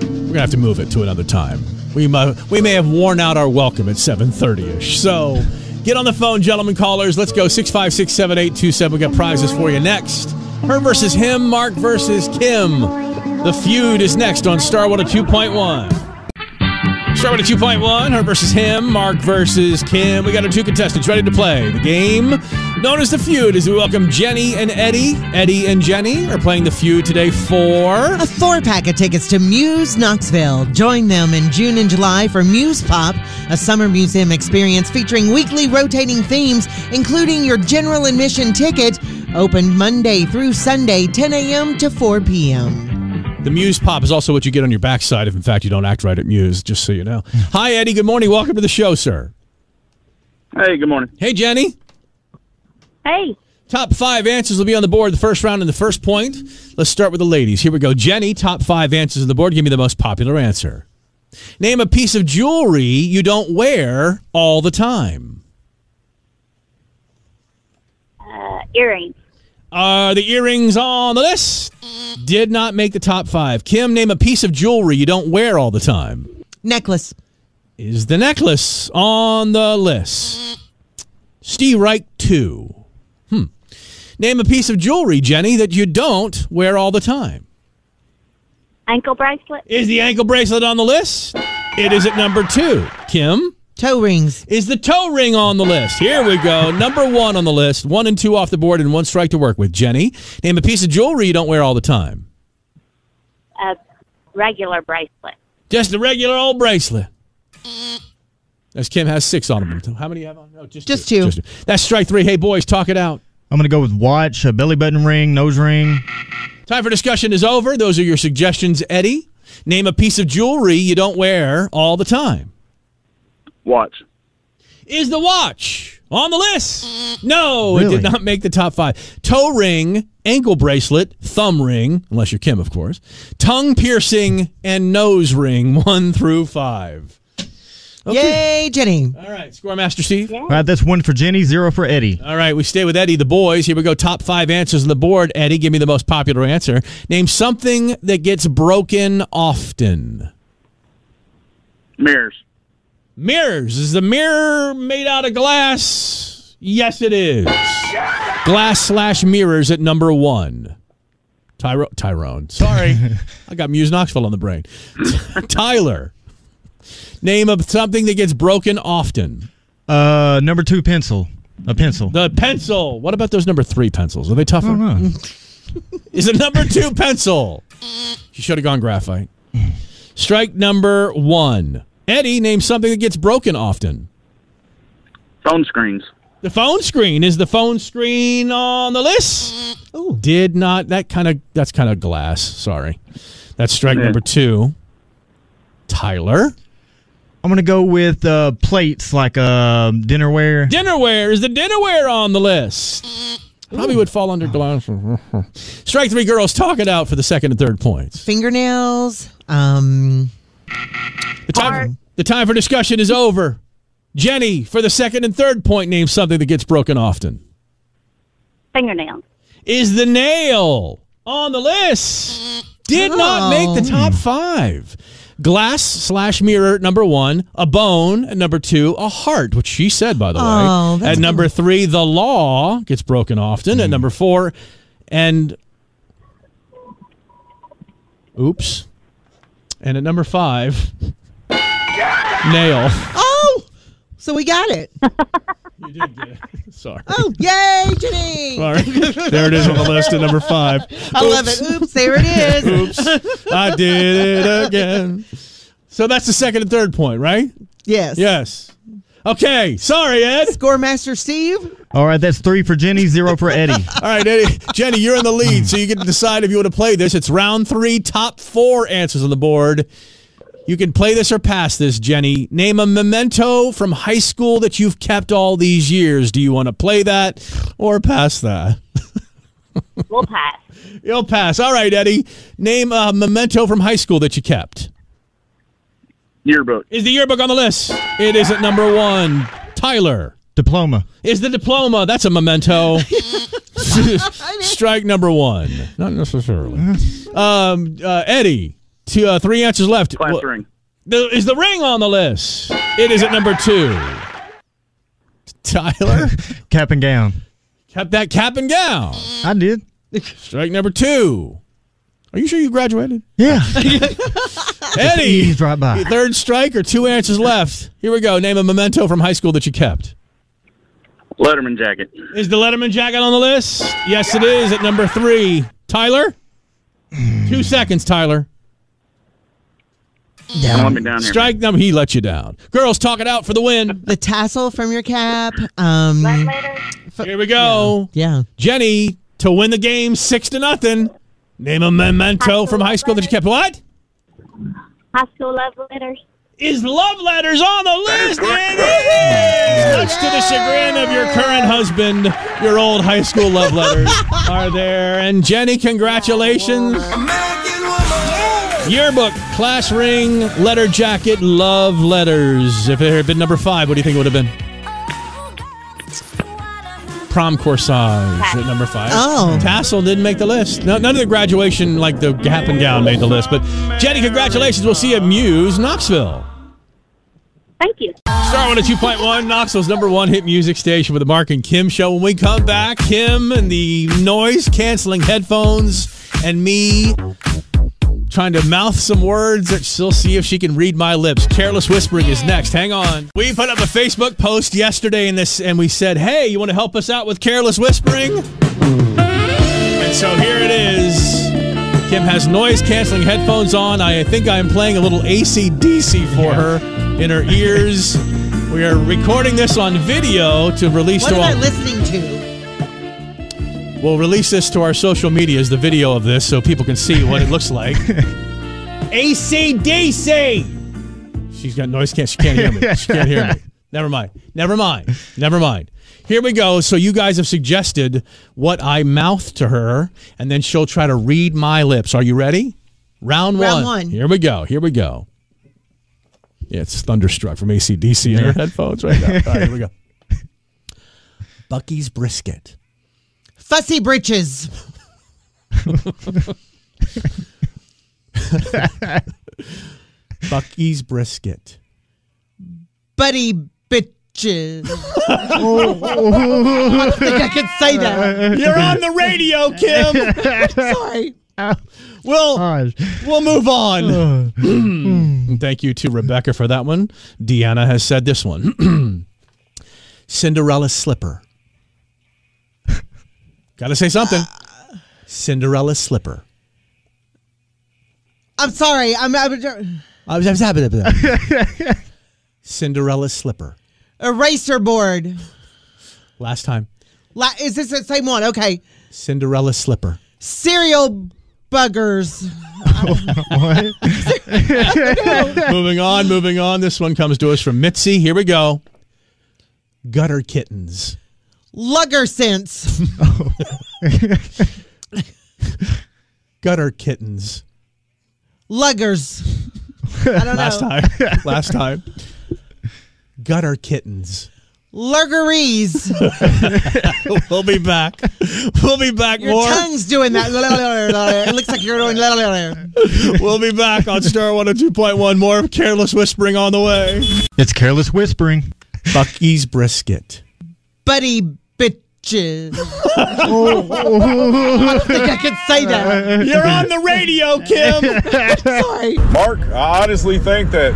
Speaker 4: We're going to have to move it to another time. We, mu- we may have worn out our welcome at 7.30ish. So get on the phone, gentlemen callers. Let's go 656-7827. we got prizes for you next. Her versus him, Mark versus Kim. The feud is next on Star 102.1. Strawberry 2.1, her versus him, Mark versus Kim. We got our two contestants ready to play. The game known as The Feud is we welcome Jenny and Eddie. Eddie and Jenny are playing The Feud today for...
Speaker 5: A four pack of tickets to Muse Knoxville. Join them in June and July for Muse Pop, a summer museum experience featuring weekly rotating themes, including your general admission ticket, open Monday through Sunday, 10 a.m. to 4 p.m.
Speaker 4: The Muse Pop is also what you get on your backside if, in fact, you don't act right at Muse, just so you know. Hi, Eddie. Good morning. Welcome to the show, sir.
Speaker 8: Hey, good morning.
Speaker 4: Hey, Jenny.
Speaker 9: Hey,
Speaker 4: Top five answers will be on the board the first round and the first point. Let's start with the ladies. Here we go. Jenny, top five answers on the board. Give me the most popular answer. Name a piece of jewelry you don't wear all the time.
Speaker 9: uh, earrings.
Speaker 4: Are the earrings on the list? Did not make the top five. Kim, name a piece of jewelry you don't wear all the time.
Speaker 5: Necklace.
Speaker 4: Is the necklace on the list? Steve Reich 2. Hmm. Name a piece of jewelry, Jenny, that you don't wear all the time.
Speaker 9: Ankle bracelet.
Speaker 4: Is the ankle bracelet on the list? It is at number two. Kim,
Speaker 5: Toe rings.
Speaker 4: is the toe ring on the list? Here we go. Number one on the list. One and two off the board and one strike to work with. Jenny, name a piece of jewelry you don't wear all the time.
Speaker 9: A regular bracelet.
Speaker 4: Just a regular old bracelet. As Kim has six on them. How many you have on? No, just,
Speaker 5: Just two.
Speaker 4: That's strike three. Hey, boys, talk it out.
Speaker 6: I'm gonna go with watch, a belly button ring, nose ring.
Speaker 4: Time for discussion is over. Those are your suggestions, Eddie. Name a piece of jewelry you don't wear all the time.
Speaker 8: Watch.
Speaker 4: Is the watch on the list? No, it
Speaker 6: Really?
Speaker 4: did not make the top five. Toe ring, ankle bracelet, thumb ring, unless you're Kim, of course, tongue piercing, and nose ring, one through five.
Speaker 5: Yay, Jenny.
Speaker 4: All right, score master Steve.
Speaker 6: All right, that's one for Jenny, zero for Eddie.
Speaker 4: All right, we stay with Eddie, the boys. Here we go. Top five answers on the board. Eddie, give me the most popular answer. Name something that gets broken often.
Speaker 8: Mirrors.
Speaker 4: Mirrors. Is the mirror made out of glass? Yes, it is. Glass slash mirrors at number one. Tyro- Tyrone. Sorry. I got Muse Knoxville on the brain. Tyler. Name of something that gets broken often.
Speaker 6: Uh, number two pencil, a pencil.
Speaker 4: The pencil. What about those number three pencils? Are they tougher?
Speaker 6: I don't know.
Speaker 4: Is a number two pencil. She should have gone graphite. Strike number one. Eddie, name something that gets broken often.
Speaker 8: Phone screens.
Speaker 4: The phone screen is the phone screen on the list. Did not that kind of that's kind of glass. Sorry, that's strike
Speaker 8: Yeah.
Speaker 4: number two. Tyler,
Speaker 6: I'm gonna go with uh, plates like uh, dinnerware.
Speaker 4: dinnerware is the dinnerware on the list. Probably would fall under glass. strike three, girls. Talk it out for the second and third points.
Speaker 5: Fingernails. Um,
Speaker 4: The time, the time for discussion is over. Jenny, for the second and third point, name something that gets broken often.
Speaker 9: Fingernails.
Speaker 4: is the nail on the list. Did not
Speaker 5: Oh.
Speaker 4: make the top five. Glass slash mirror, number one. A bone, at number two. A heart, which she said, by the
Speaker 5: Oh,
Speaker 4: way. At
Speaker 5: that's Mm.
Speaker 4: number three, the law gets broken often. At number four, and. Oops. And at number five, nail.
Speaker 5: oh, so we got it.
Speaker 4: You did get it. Sorry.
Speaker 5: Oh, yay, Jenny.
Speaker 4: Sorry. There it is on the list at number five.
Speaker 5: I love it. Oops, there it is.
Speaker 4: Oops, I did it again. So that's the second and third point, right?
Speaker 5: Yes.
Speaker 4: Yes. Okay. Sorry, Ed.
Speaker 5: Score Master Steve.
Speaker 6: All right, that's three for Jenny, zero for Eddie.
Speaker 4: All right, Eddie. Jenny, you're in the lead, so you get to decide if you want to play this. It's round three, top four answers on the board. You can play this or pass this, Jenny. Name a memento from high school that you've kept all these years. Do you want to play that or pass that?
Speaker 9: We'll pass.
Speaker 4: You'll pass. All right, Eddie. Name a memento from high school that you kept.
Speaker 8: Yearbook.
Speaker 4: Is the yearbook on the list? It is at number one. Tyler.
Speaker 6: Diploma.
Speaker 4: Is the diploma? That's a memento. Strike number one. Not necessarily. Um, uh, Eddie, two, uh, three answers left.
Speaker 8: Class
Speaker 4: Well,
Speaker 8: ring.
Speaker 4: the- Is the ring on the list? It is at number two. Tyler
Speaker 6: Cap and gown.
Speaker 4: kept that cap and gown.
Speaker 6: I did.
Speaker 4: Strike number two. Are you sure you graduated?
Speaker 6: Yeah.
Speaker 4: Eddie,
Speaker 6: Ease right by.
Speaker 4: third strike or two answers left. Here we go. Name a memento from high school that you kept.
Speaker 8: Letterman jacket.
Speaker 4: Is the Letterman jacket on the list? Yes, it is at number three. Tyler? Two seconds, Tyler.
Speaker 8: Don't let me down here.
Speaker 4: Strike number, he let you down. Girls, talk it out for the win.
Speaker 5: The tassel from your cap. Um,
Speaker 4: Here we go.
Speaker 5: yeah.
Speaker 4: Jenny, to win the game six to nothing, name a memento from high school that you kept. What?
Speaker 9: High school love letters.
Speaker 4: Is love letters on the list, Andy? Much to the chagrin of your current husband, your old high school love letters are there. And Jenny, congratulations. Yearbook, class ring, letter jacket, love letters. If it had been number five, what do you think it would have been? Prom corsage at number five.
Speaker 5: Oh.
Speaker 4: Tassel didn't make the list. No, none of the graduation, like the cap and gown, made the list. But Jenny, congratulations. We'll see you at Muse, Knoxville.
Speaker 9: Thank you.
Speaker 4: Star one at two point one, Knoxville's number one hit music station with the Mark and Kim show. When we come back, Kim and the noise canceling headphones, and me trying to mouth some words that she'll see if she can read my lips. Careless whispering is next. Hang on. We put up a Facebook post yesterday in this, and we said, "Hey, you want to help us out with careless whispering?" And so here it is. Kim has noise canceling headphones on. I think I am playing a little ACDC for her in her ears. we are recording this on video to release
Speaker 5: What
Speaker 4: to
Speaker 5: am I
Speaker 4: all.
Speaker 5: listening to?
Speaker 4: we'll release this to our social medias, the video of this, so people can see what it looks like. ACDC! She's got noise can't she can't hear me. She can't hear me. Never mind. Never mind. Never mind. Here we go. So you guys have suggested what I mouth to her, and then she'll try to read my lips. Are you ready? Round one.
Speaker 5: Round one.
Speaker 4: Here we go. Here we go. Yeah, it's thunderstruck from ACDC in her headphones right now. All right, here we go. Bucky's brisket.
Speaker 5: Fussy britches.
Speaker 4: Bucky's brisket.
Speaker 5: Buddy bitches. I think I could say that.
Speaker 4: You're on the radio, Kim.
Speaker 5: Sorry.
Speaker 4: We'll
Speaker 6: Gosh.
Speaker 4: we'll move on. Hmm. Thank you to Rebecca for that one. Deanna has said this one. Cinderella slipper. Got to say something. Cinderella slipper.
Speaker 5: I'm sorry. I'm, I'm
Speaker 4: I was- I was happy to- Cinderella slipper.
Speaker 5: eraser board.
Speaker 4: Last time.
Speaker 5: La- is this the same one? Okay.
Speaker 4: Cinderella slipper.
Speaker 5: Cereal buggers.
Speaker 4: moving on, moving on. This one comes to us from Mitzi. Here we go. Gutter kittens.
Speaker 5: Lugger sense.
Speaker 4: Gutter kittens.
Speaker 5: Luggers. I don't
Speaker 4: Last
Speaker 5: know.
Speaker 4: time. Last time. Gutter kittens.
Speaker 5: Lurgeries.
Speaker 4: We'll be back. We'll be back
Speaker 5: Your
Speaker 4: more.
Speaker 5: tongue's doing that. it looks like you're doing.
Speaker 4: We'll be back on Star 102.1. More careless whispering on the way.
Speaker 6: It's careless whispering.
Speaker 4: Bucky's brisket.
Speaker 5: Buddy bitches. I don't think I could say that.
Speaker 4: You're on the radio, Kim.
Speaker 5: Sorry.
Speaker 10: Mark, I honestly think that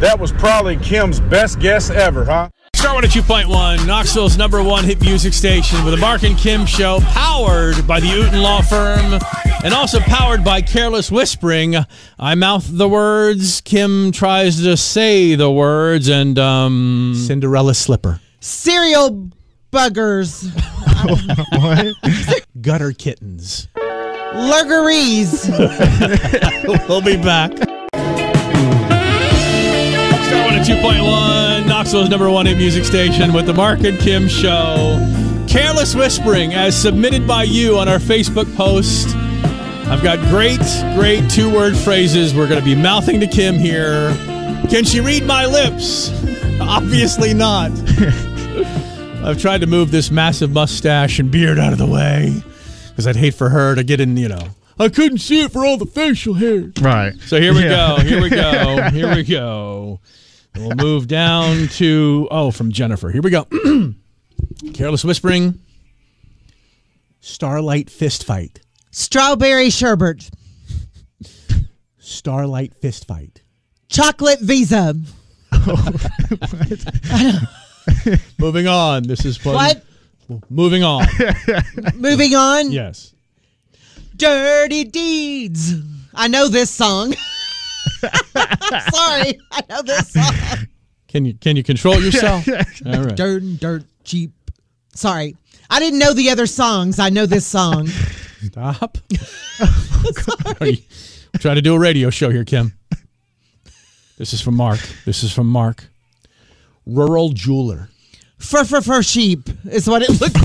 Speaker 10: that was probably Kim's best guess ever, huh?
Speaker 4: Star 102.1, Knoxville's number one hit music station with the Mark and Kim show, powered by the Uten Law Firm and also powered by Careless Whispering. I mouth the words, Kim tries to say the words, and um, Cinderella Slipper.
Speaker 5: Cereal buggers.
Speaker 4: Gutter Kittens.
Speaker 5: Lurgeries.
Speaker 4: We'll be back. Star 102.1, Knoxville's number one hit music station with the Mark and Kim show. Careless Whispering, as submitted by you on our Facebook post. I've got great, great two word phrases we're going to be mouthing to Kim here. Can she read my lips? Obviously not. I've tried to move this massive mustache and beard out of the way because I'd hate for her to get in, you know. I couldn't see it for all the facial hair.
Speaker 6: Right.
Speaker 4: So here we
Speaker 6: Yeah.
Speaker 4: go. Here we go. Here we go. We'll move down to oh, from Jennifer. Here we go. Careless whispering. Starlight fist fight.
Speaker 5: Strawberry sherbet.
Speaker 11: Starlight fist fight.
Speaker 5: Chocolate Visa.
Speaker 4: Moving on. This is fun.
Speaker 5: What?
Speaker 4: Moving on.
Speaker 5: Moving on.
Speaker 4: yes.
Speaker 5: Dirty Deeds. I know this song. Sorry, I know this song.
Speaker 4: Can you can you control yourself? All right.
Speaker 5: Dirt and dirt cheap. Sorry, I didn't know the other songs. I know this song.
Speaker 4: Stop. Are you- try to do a radio show here, Kim. This is from Mark. This is from Mark. Rural jeweler.
Speaker 5: Fur fur fur sheep is what it looks.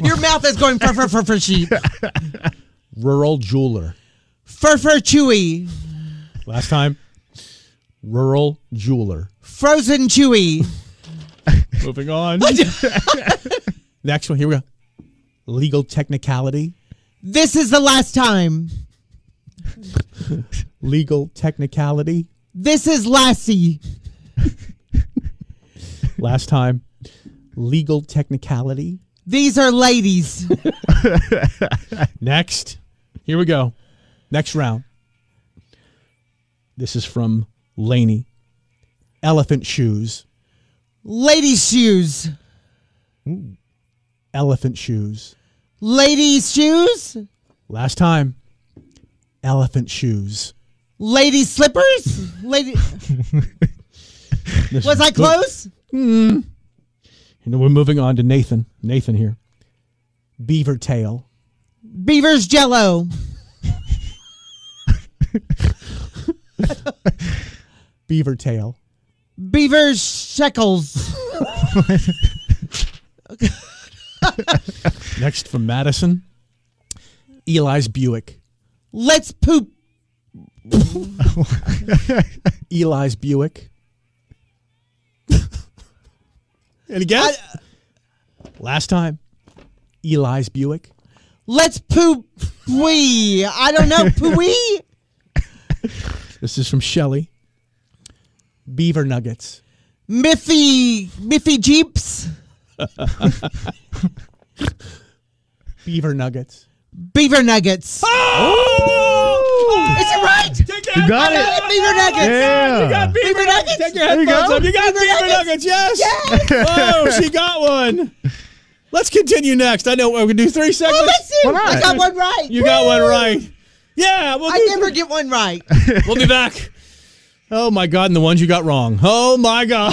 Speaker 5: Your mouth is going fur fur fur fur sheep.
Speaker 4: Rural jeweler.
Speaker 5: Fur fur chewy.
Speaker 4: Last time. Rural jeweler.
Speaker 5: Frozen chewy.
Speaker 4: Moving on.
Speaker 11: Next one. Here we go. Legal technicality.
Speaker 5: This is the last time.
Speaker 11: Legal technicality.
Speaker 5: This is Lassie.
Speaker 11: Last time. Legal technicality.
Speaker 5: These are ladies.
Speaker 4: Next. Here we go. Next round. This is from Laney.
Speaker 11: Elephant shoes.
Speaker 5: Ladies' shoes.
Speaker 11: Elephant shoes.
Speaker 5: Ladies' shoes.
Speaker 4: Last time.
Speaker 11: Elephant shoes.
Speaker 5: Ladies' slippers. Lady.
Speaker 4: This
Speaker 5: Was
Speaker 4: is
Speaker 5: I
Speaker 4: good.
Speaker 5: close?
Speaker 4: And we're moving on to Nathan. Nathan here.
Speaker 11: Beaver tail.
Speaker 5: Beaver's Jello.
Speaker 11: Beaver tail.
Speaker 5: Beaver's shekels.
Speaker 4: Next from Madison. Eli's Buick.
Speaker 5: Let's poop.
Speaker 11: Eli's Buick.
Speaker 4: And again. Last time.
Speaker 11: Eli's Buick.
Speaker 5: Let's poop. Wee. I don't know. Pooey.
Speaker 4: This is from Shelly.
Speaker 11: Beaver nuggets.
Speaker 5: Miffy. Miffy Jeeps.
Speaker 11: Beaver nuggets.
Speaker 5: Beaver Nuggets. Is it right?
Speaker 6: You got
Speaker 5: I got
Speaker 6: it.
Speaker 5: Beaver Nuggets.
Speaker 6: Yeah.
Speaker 5: Beaver Nuggets. Take your
Speaker 6: you go.
Speaker 4: You got Beaver, Nuggets, yes! oh, she got one. Let's continue next. I know we're going to do three seconds.
Speaker 5: Oh, that's it.
Speaker 6: Why not?
Speaker 5: I got one right.
Speaker 4: you got one right. Yeah, we'll,
Speaker 5: I
Speaker 4: do-
Speaker 5: never get one right.
Speaker 4: we'll be back. Oh, my God, and the ones you got wrong. Oh, my God.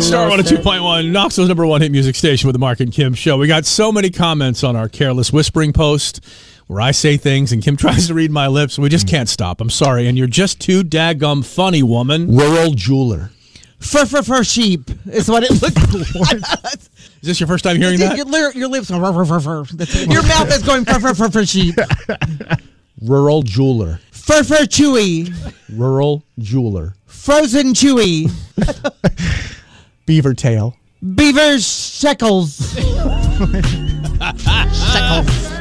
Speaker 4: Star 102.1, Knoxville's number one hit music station with the Mark and Kim show. We got so many comments on our careless whispering post where I say things and Kim tries to read my lips. We just can't stop. I'm sorry. And you're just too daggum funny, woman. Rural jeweler.
Speaker 5: Fur fur fur sheep is what it looks like.
Speaker 4: Is this your first time hearing
Speaker 5: Dude,
Speaker 4: that?
Speaker 5: your, lir- your lips are fur fur fur fur. That's it. Your mouth is going fur fur fur fur sheep.
Speaker 4: Rural jeweler.
Speaker 5: Fur fur chewy.
Speaker 4: Rural jeweler.
Speaker 5: Frozen chewy.
Speaker 11: Beaver tail.
Speaker 5: Beaver's shekels.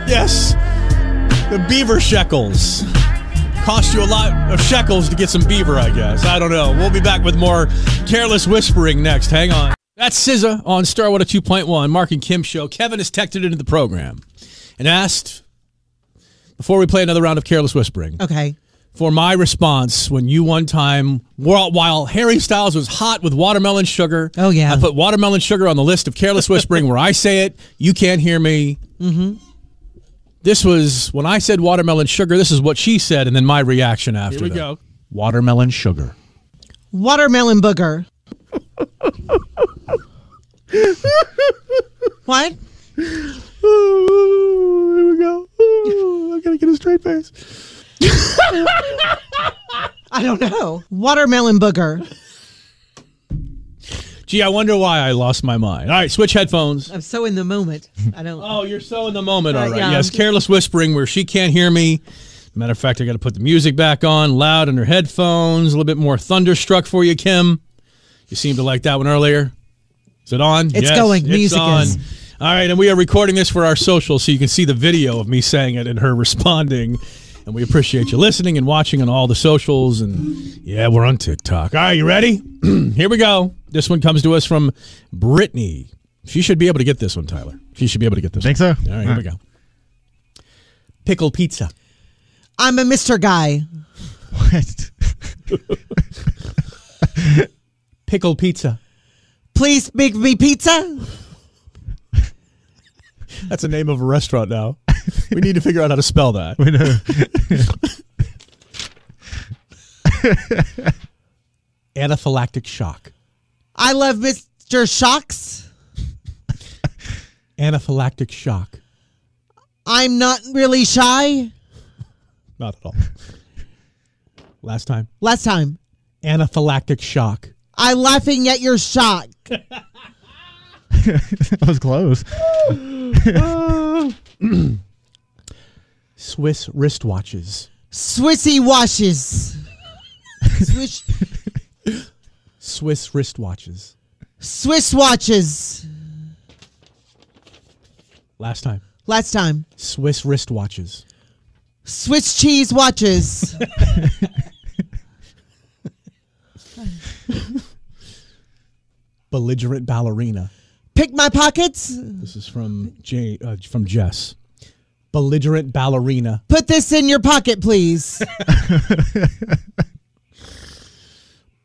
Speaker 4: Yes. The beaver shekels. Cost you a lot of shekels to get some beaver, I guess. I don't know. We'll be back with more careless whispering next. Hang on. That's SZA on Starwater 2.1, Mark and Kim show. Kevin has texted into the program and asked before we play another round of careless whispering
Speaker 5: Okay.
Speaker 4: for my response when you one time while while Harry Styles was hot with watermelon sugar.
Speaker 5: Oh, yeah.
Speaker 4: I put watermelon sugar on the list of careless whispering where I say it, you can't hear me. Mm-hmm. This was when I said watermelon sugar. This is what she said, and then my reaction after.
Speaker 11: we
Speaker 4: that.
Speaker 11: go.
Speaker 4: Watermelon sugar.
Speaker 5: Watermelon booger. what?
Speaker 11: Ooh, here we go. Ooh, I gotta get a straight face.
Speaker 5: I don't know. Watermelon booger.
Speaker 4: Gee, I wonder why I lost my mind. All right, switch headphones.
Speaker 5: I'm so in the moment. I don't.
Speaker 4: Oh, you're so in the moment, all
Speaker 5: Uh,
Speaker 4: right.
Speaker 5: yeah.
Speaker 4: Yes, careless whispering where she can't hear me. Matter of fact, I got to put the music back on, loud in her headphones. A little bit more thunderstruck for you, Kim. You seemed to like that one earlier. Is it on?
Speaker 5: It's going. Music is.
Speaker 4: All right, and we are recording this for our social, so you can see the video of me saying it and her responding. And we appreciate you listening and watching on all the socials. And yeah, we're on TikTok. All right, you ready? Here we go. This one comes to us from Brittany. She should be able to get this one, Tyler. She should be able to get this.
Speaker 6: Think
Speaker 4: one.
Speaker 6: so?
Speaker 4: All right, here we go. Pickle pizza.
Speaker 5: I'm a Mr. Guy.
Speaker 11: Pickle pizza.
Speaker 5: Please make me pizza.
Speaker 4: That's the name of a restaurant now. We need to figure out how to spell that.
Speaker 6: We know.
Speaker 11: Anaphylactic shock.
Speaker 5: I love Mr. Shocks.
Speaker 11: Anaphylactic shock.
Speaker 5: I'm not really shy.
Speaker 11: Not at all. Last time.
Speaker 5: Last time,
Speaker 11: Anaphylactic shock.
Speaker 5: I laughing at your shock.
Speaker 6: that was close.
Speaker 11: Swiss wristwatches.
Speaker 5: Swissy washes. Swish,
Speaker 11: Swiss wristwatches.
Speaker 5: Swiss watches.
Speaker 11: Last time.
Speaker 5: Last time,
Speaker 11: Swiss wristwatches.
Speaker 5: Swiss cheese watches.
Speaker 11: Belligerent ballerina.
Speaker 5: Pick my pockets.
Speaker 11: This is from Jay, uh, from Jess. Belligerent ballerina.
Speaker 5: Put this in your pocket, please.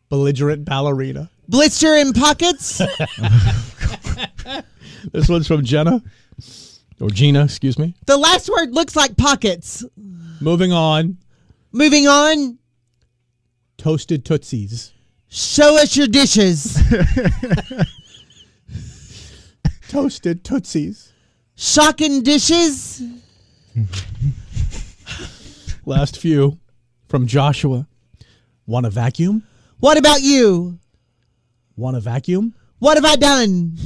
Speaker 11: Belligerent ballerina.
Speaker 5: Blitzer in pockets.
Speaker 4: This one's from Jenna or Gina, excuse me.
Speaker 5: The last word looks like pockets.
Speaker 4: Moving on.
Speaker 5: Moving on.
Speaker 11: Toasted tootsies.
Speaker 5: Show us your dishes.
Speaker 11: Toasted tootsies.
Speaker 5: Shocking dishes.
Speaker 11: Last few from Joshua. Want a vacuum?
Speaker 5: What about you?
Speaker 11: Want a vacuum?
Speaker 5: What have I done?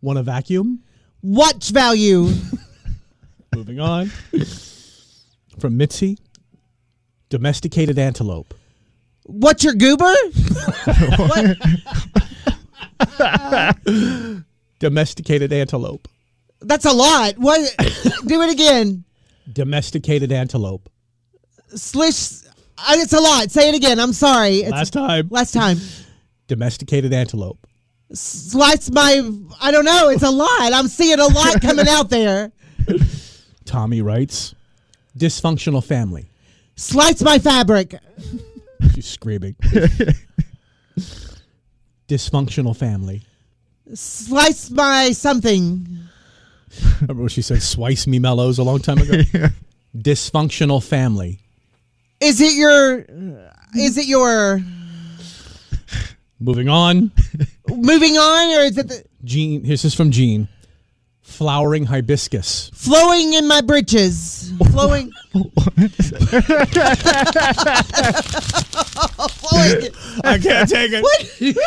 Speaker 11: Want a vacuum?
Speaker 5: Watch value.
Speaker 11: Moving on. From Mitzi. Domesticated antelope.
Speaker 5: What's your goober?
Speaker 11: Domesticated antelope.
Speaker 5: That's a lot. What? Do it again.
Speaker 11: Domesticated antelope.
Speaker 5: Slish. I- It's a lot. Say it again. I'm sorry. It's
Speaker 4: Last time.
Speaker 5: last time.
Speaker 11: Domesticated antelope.
Speaker 5: Slice my. I don't know. It's a lot. I'm seeing a lot coming out there.
Speaker 11: Tommy writes. Dysfunctional family.
Speaker 5: Slice my fabric.
Speaker 11: She's screaming. Dysfunctional family.
Speaker 5: Slice my something.
Speaker 4: Remember when she said swice me mellows a long time ago?
Speaker 11: Dysfunctional family.
Speaker 5: Is it your? Is it your?
Speaker 4: Moving on.
Speaker 5: Moving on, or is it the,
Speaker 4: Gene,
Speaker 11: This is from Gene. Flowering hibiscus.
Speaker 5: flowing in my britches? Flowing. flowing.
Speaker 4: I can't take it.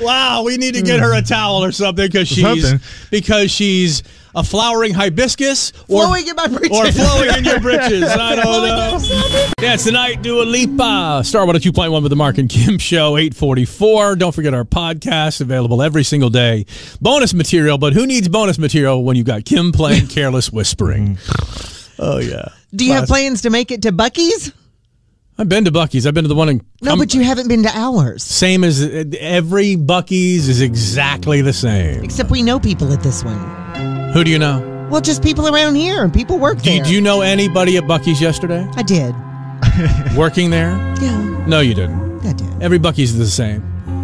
Speaker 4: Wow, we need to get her a towel or something because she's
Speaker 6: Something.
Speaker 4: because she's a flowering hibiscus or
Speaker 5: Flowing in my britches.
Speaker 4: or flowing in your britches. I don't know. Yeah, tonight, Dua Lipa. Star one oh two point one with the Mark and Kim Show, 844. Don't forget our podcast, available every single day. Bonus material, but who needs bonus material when you got Kim playing Careless Whispering? oh, yeah.
Speaker 5: Do you have plans to make it to Bucky's?
Speaker 4: I've been to Bucky's. I've been to the one in.
Speaker 5: No,
Speaker 4: I'm-
Speaker 5: but you haven't been to ours.
Speaker 4: Same as uh, every Bucky's is exactly the same.
Speaker 5: Except we know people at this one.
Speaker 4: Who do you know?
Speaker 5: Well, just people around here. People work
Speaker 4: Do you,
Speaker 5: there.
Speaker 4: do you know anybody at Bucky's yesterday?
Speaker 5: I did.
Speaker 4: Working there?
Speaker 5: Yeah,
Speaker 4: No, you didn't.
Speaker 5: I did.
Speaker 4: Every Bucky's is the same.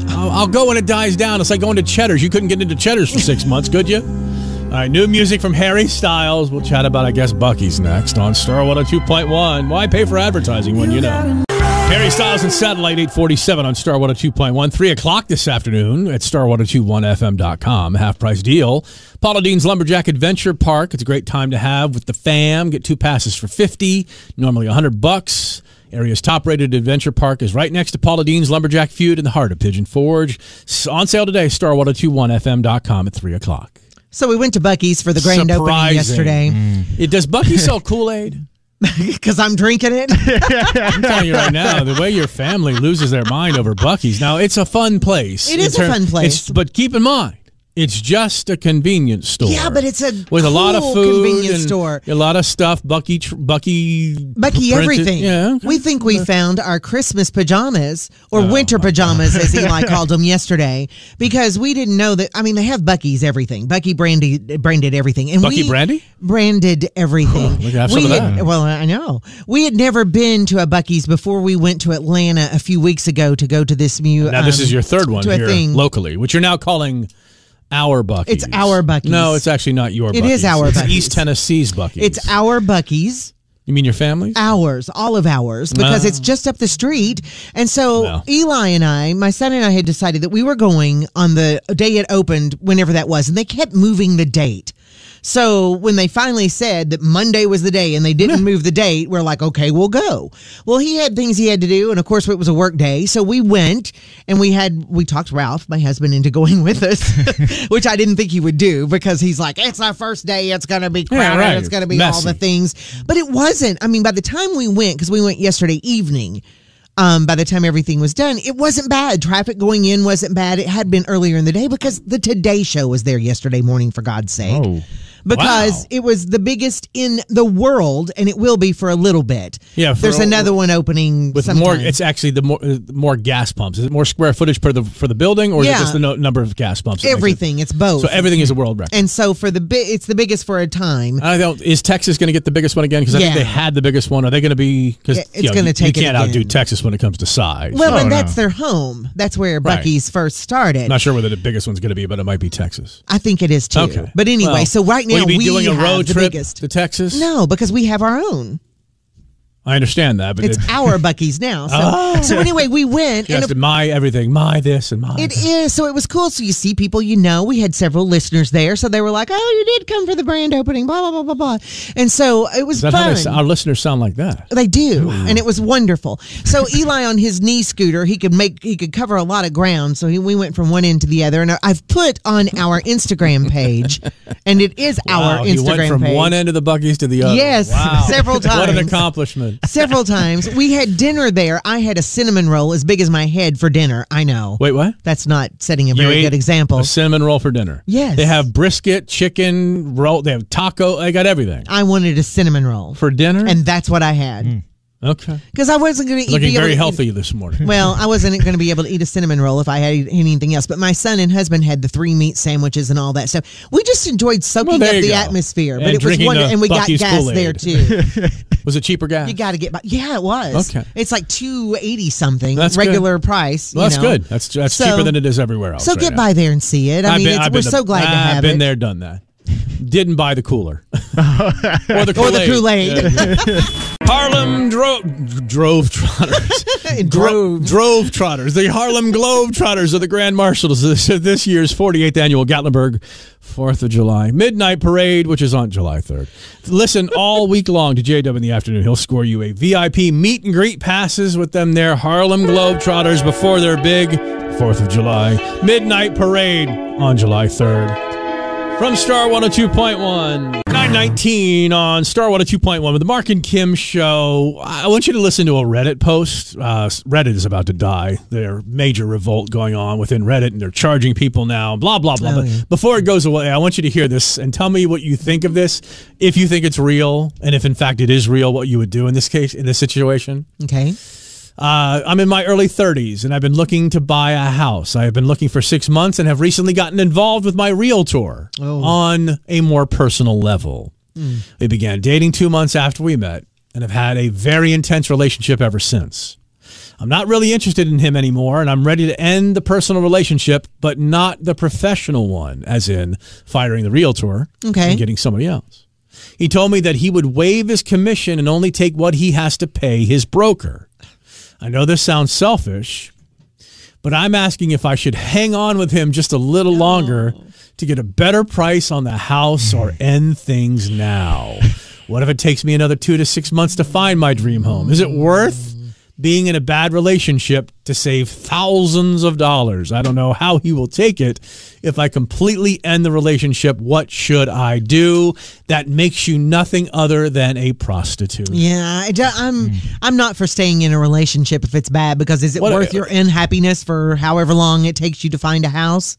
Speaker 4: I'll, I'll go when it dies down. It's like going to Cheddar's. You couldn't get into Cheddar's for six months, could you? All right, new music from Harry Styles. We'll chat about, I guess, Bucky's next on Star 102.1. Why pay for advertising when you know? Harry Styles and Satellite 847 on Star 102.1. 3 o'clock this afternoon at star1021fm.com. Half price deal. Paula Dean's Lumberjack Adventure Park. It's a great time to have with the fam. Get two passes for 50, normally 100 bucks. Area's top rated adventure park is right next to Paula Dean's Lumberjack Feud in the heart of Pigeon Forge. S- on sale today, star1021fm.com at 3 o'clock.
Speaker 5: So we went to Bucky's for the grand opening
Speaker 4: Surprising. Mm.
Speaker 5: yesterday
Speaker 4: It, does Bucky sell Kool Aid?
Speaker 5: because I'm drinking it.
Speaker 4: I'm telling you right now, the way your family loses their mind over Bucky's. Now, it's a fun place.
Speaker 5: It
Speaker 4: in
Speaker 5: is a fun place.
Speaker 4: it's- but keep in mind, It's just a convenience store.
Speaker 5: Yeah, but it's a
Speaker 4: with a lot of
Speaker 5: cool
Speaker 4: food,
Speaker 5: convenience
Speaker 4: and
Speaker 5: store.
Speaker 4: a lot of stuff. Bucky, tr- Bucky,
Speaker 5: Bucky,
Speaker 4: printed-
Speaker 5: everything.
Speaker 4: Yeah, Oh,
Speaker 5: We think we found our Christmas pajamas or winter pajamas, as Eli called them yesterday, because we didn't know that. I mean, they have Bucky's everything. Bucky brandy branded everything, and
Speaker 4: Bucky
Speaker 5: we
Speaker 4: brandy? Oh,
Speaker 5: branded everything.
Speaker 4: we could have some
Speaker 5: we
Speaker 4: of
Speaker 5: had-
Speaker 4: that.
Speaker 5: well, I know we had never been to a Bucky's before. We went to Atlanta a few weeks ago to go to this new.
Speaker 4: Now this
Speaker 5: um,
Speaker 4: is your third one
Speaker 5: to a
Speaker 4: here
Speaker 5: thing.
Speaker 4: locally, which you're now calling our Bucky's.
Speaker 5: It's our Bucky's.
Speaker 4: No, it's actually not your.
Speaker 5: It
Speaker 4: Bucky's.
Speaker 5: is our
Speaker 4: It's
Speaker 5: Bucky's.
Speaker 4: East Tennessee's Bucky's.
Speaker 5: It's our Bucky's.
Speaker 4: you mean your family's?
Speaker 5: Hours, all of hours, because
Speaker 4: No.
Speaker 5: it's just up the street. And so Eli and I, my son and I had decided that we were going on the day it opened, whenever that was, and they kept moving the date. So when they finally said that Monday was the day and they didn't move the date, we're like, okay, we'll go. Well, he had things he had to do, and of course it was a work day, so we went and we had we talked Ralph, my husband, into going with us, which I didn't think he would do because he's like, it's our first day, it's gonna be
Speaker 4: Yeah,
Speaker 5: crowded,
Speaker 4: right.
Speaker 5: it's gonna be all the
Speaker 4: Messy.
Speaker 5: things. But it wasn't. I mean, by the time we went, because we went yesterday evening, um, by the time everything was done, it wasn't bad. Traffic going in wasn't bad. It had been earlier in the day because the Today Show was there yesterday morning, for God's sake.
Speaker 4: Oh,
Speaker 6: Oh.
Speaker 5: Because it was the biggest in the world, and it will be for a little bit.
Speaker 4: Yeah, for-
Speaker 5: there's another one opening
Speaker 4: With
Speaker 5: sometime.
Speaker 4: more, it's actually the more uh, more gas pumps. Is it more square footage per the for the building, or is
Speaker 5: Yeah.
Speaker 4: it just the no, number of gas pumps? that makes it-
Speaker 5: everything. It's both.
Speaker 4: So everything is a world record.
Speaker 5: and so for the bi- it's the biggest for a time.
Speaker 4: I don't. Is Texas going to get the biggest one again? Because I think
Speaker 5: Yeah.
Speaker 4: they had the biggest one. Are they going to be? Because
Speaker 5: Yeah, it's gonna take it
Speaker 4: You can't
Speaker 5: again.
Speaker 4: outdo Texas when it comes to size.
Speaker 5: Well, and that's their home. That's where
Speaker 4: Oh, Right.
Speaker 5: Bucky's first started.
Speaker 4: Not sure whether the biggest one's going to be, but it might be Texas.
Speaker 5: I think it is too.
Speaker 4: Okay.
Speaker 5: But anyway,
Speaker 4: Well,
Speaker 5: so right now
Speaker 4: will you be
Speaker 5: we
Speaker 4: doing a
Speaker 5: have
Speaker 4: road
Speaker 5: the
Speaker 4: trip
Speaker 5: biggest.
Speaker 4: to Texas.
Speaker 5: No, because we have our own.
Speaker 4: I understand that, but
Speaker 5: It's
Speaker 4: it-
Speaker 5: our Bucky's now. So,
Speaker 4: Oh.
Speaker 5: so anyway, we went
Speaker 4: She
Speaker 5: and
Speaker 4: has
Speaker 5: of
Speaker 4: to my everything, my this and my.
Speaker 5: It is. So it was cool. So you see people you know. We had several listeners there. So they were like, oh, you did come for the brand opening, blah, blah, blah, blah, blah. And so it was
Speaker 4: Is that how
Speaker 5: fun.
Speaker 4: they, our listeners sound like that?
Speaker 5: They do, and it was wonderful. So Eli on his knee scooter, he could make he could cover a lot of ground. So he, we went from one end to the other, and I've put on our Instagram page, and it is our
Speaker 4: Wow,
Speaker 5: Instagram
Speaker 4: he went from
Speaker 5: page.
Speaker 4: one end of the Buckies to the other.
Speaker 5: Yes,
Speaker 4: Wow.
Speaker 5: several
Speaker 4: What an
Speaker 5: times.
Speaker 4: accomplishment!
Speaker 5: several times. We had dinner there. I had a cinnamon roll as big as my head for dinner. I know.
Speaker 4: Wait, what?
Speaker 5: That's not setting a very
Speaker 4: ate
Speaker 5: good example.
Speaker 4: A cinnamon roll for dinner.
Speaker 5: Yes.
Speaker 4: They have brisket, chicken roll. They have taco. They got everything
Speaker 5: I wanted a cinnamon roll.
Speaker 4: for dinner.
Speaker 5: And that's what I had.
Speaker 4: okay.
Speaker 5: Because I wasn't going to eat.
Speaker 4: Looking
Speaker 5: be able
Speaker 4: very
Speaker 5: to eat-
Speaker 4: healthy this morning.
Speaker 5: Well, I wasn't going to be able to eat a cinnamon roll if I had anything else. But my son and husband had the three meat sandwiches and all that stuff. We just enjoyed soaking
Speaker 4: there
Speaker 5: up
Speaker 4: you
Speaker 5: the
Speaker 4: go.
Speaker 5: atmosphere.
Speaker 4: And
Speaker 5: but it was
Speaker 4: drinking
Speaker 5: wonderful,
Speaker 4: the
Speaker 5: and we
Speaker 4: Buc-ee's
Speaker 5: got gas
Speaker 4: Kool-Aid.
Speaker 5: there too.
Speaker 4: Was it cheaper gas?
Speaker 5: You got to get by. Yeah, it was.
Speaker 4: Okay.
Speaker 5: It's like two eighty something
Speaker 4: That's good.
Speaker 5: regular price.
Speaker 4: Well,
Speaker 5: you
Speaker 4: that's
Speaker 5: know.
Speaker 4: good. That's that's
Speaker 5: So-
Speaker 4: cheaper than it is everywhere else.
Speaker 5: So
Speaker 4: right
Speaker 5: get
Speaker 4: now.
Speaker 5: by there and see it. I
Speaker 4: I've
Speaker 5: mean,
Speaker 4: been-
Speaker 5: it's,
Speaker 4: I've
Speaker 5: we're
Speaker 4: been
Speaker 5: so glad to
Speaker 4: I've
Speaker 5: have
Speaker 4: been
Speaker 5: it.
Speaker 4: there, done that. Didn't buy the cooler or the
Speaker 5: Or the Kool-Aid.
Speaker 4: Yeah. Harlem dro- drove trotters. drove drove trotters. The Harlem Globe trotters are the grand marshals of this, of this year's 48th annual Gatlinburg Fourth of July midnight parade, which is on July 3rd. Listen all week long to J Dub in the afternoon. He'll score you a VIP meet and greet passes with them there Harlem Globe trotters before their big Fourth of July midnight parade on July 3rd from Star 102.1. 919 on Star 102.1 with the Mark and Kim show. I want you to listen to a Reddit post. Uh, Reddit is about to die. There's major revolt going on within Reddit, and they're charging people now, blah, blah, blah.
Speaker 5: Oh,
Speaker 4: But
Speaker 5: yeah.
Speaker 4: Before it goes away, I want you to hear this and tell me what you think of this, if you think it's real, and if in fact it is real, what you would do in this case, in this situation.
Speaker 5: Okay.
Speaker 4: Uh, I'm in my early 30s and I've been looking to buy a house. I have been looking for six months and have recently gotten involved with my realtor
Speaker 11: Oh.
Speaker 4: on a more personal level.
Speaker 11: Mm.
Speaker 4: We began dating two months after we met and have had a very intense relationship ever since. I'm not really interested in him anymore and I'm ready to end the personal relationship, but not the professional one, as in firing the realtor
Speaker 5: Okay.
Speaker 4: and getting somebody else. He told me that he would waive his commission and only take what he has to pay his broker. I know this sounds selfish, but I'm asking if I should hang on with him just a little longer to get a better price on the house or end things now. What if it takes me another two to six months to find my dream home? Is it worth being in a bad relationship to save thousands of dollars? I don't know how he will take it. If I completely end the relationship, what should I do? That makes you nothing other than a prostitute.
Speaker 5: Yeah, I do- I'm I'm not for staying in a relationship if it's bad because is it
Speaker 4: What-
Speaker 5: worth your unhappiness for however long it takes you to find a house?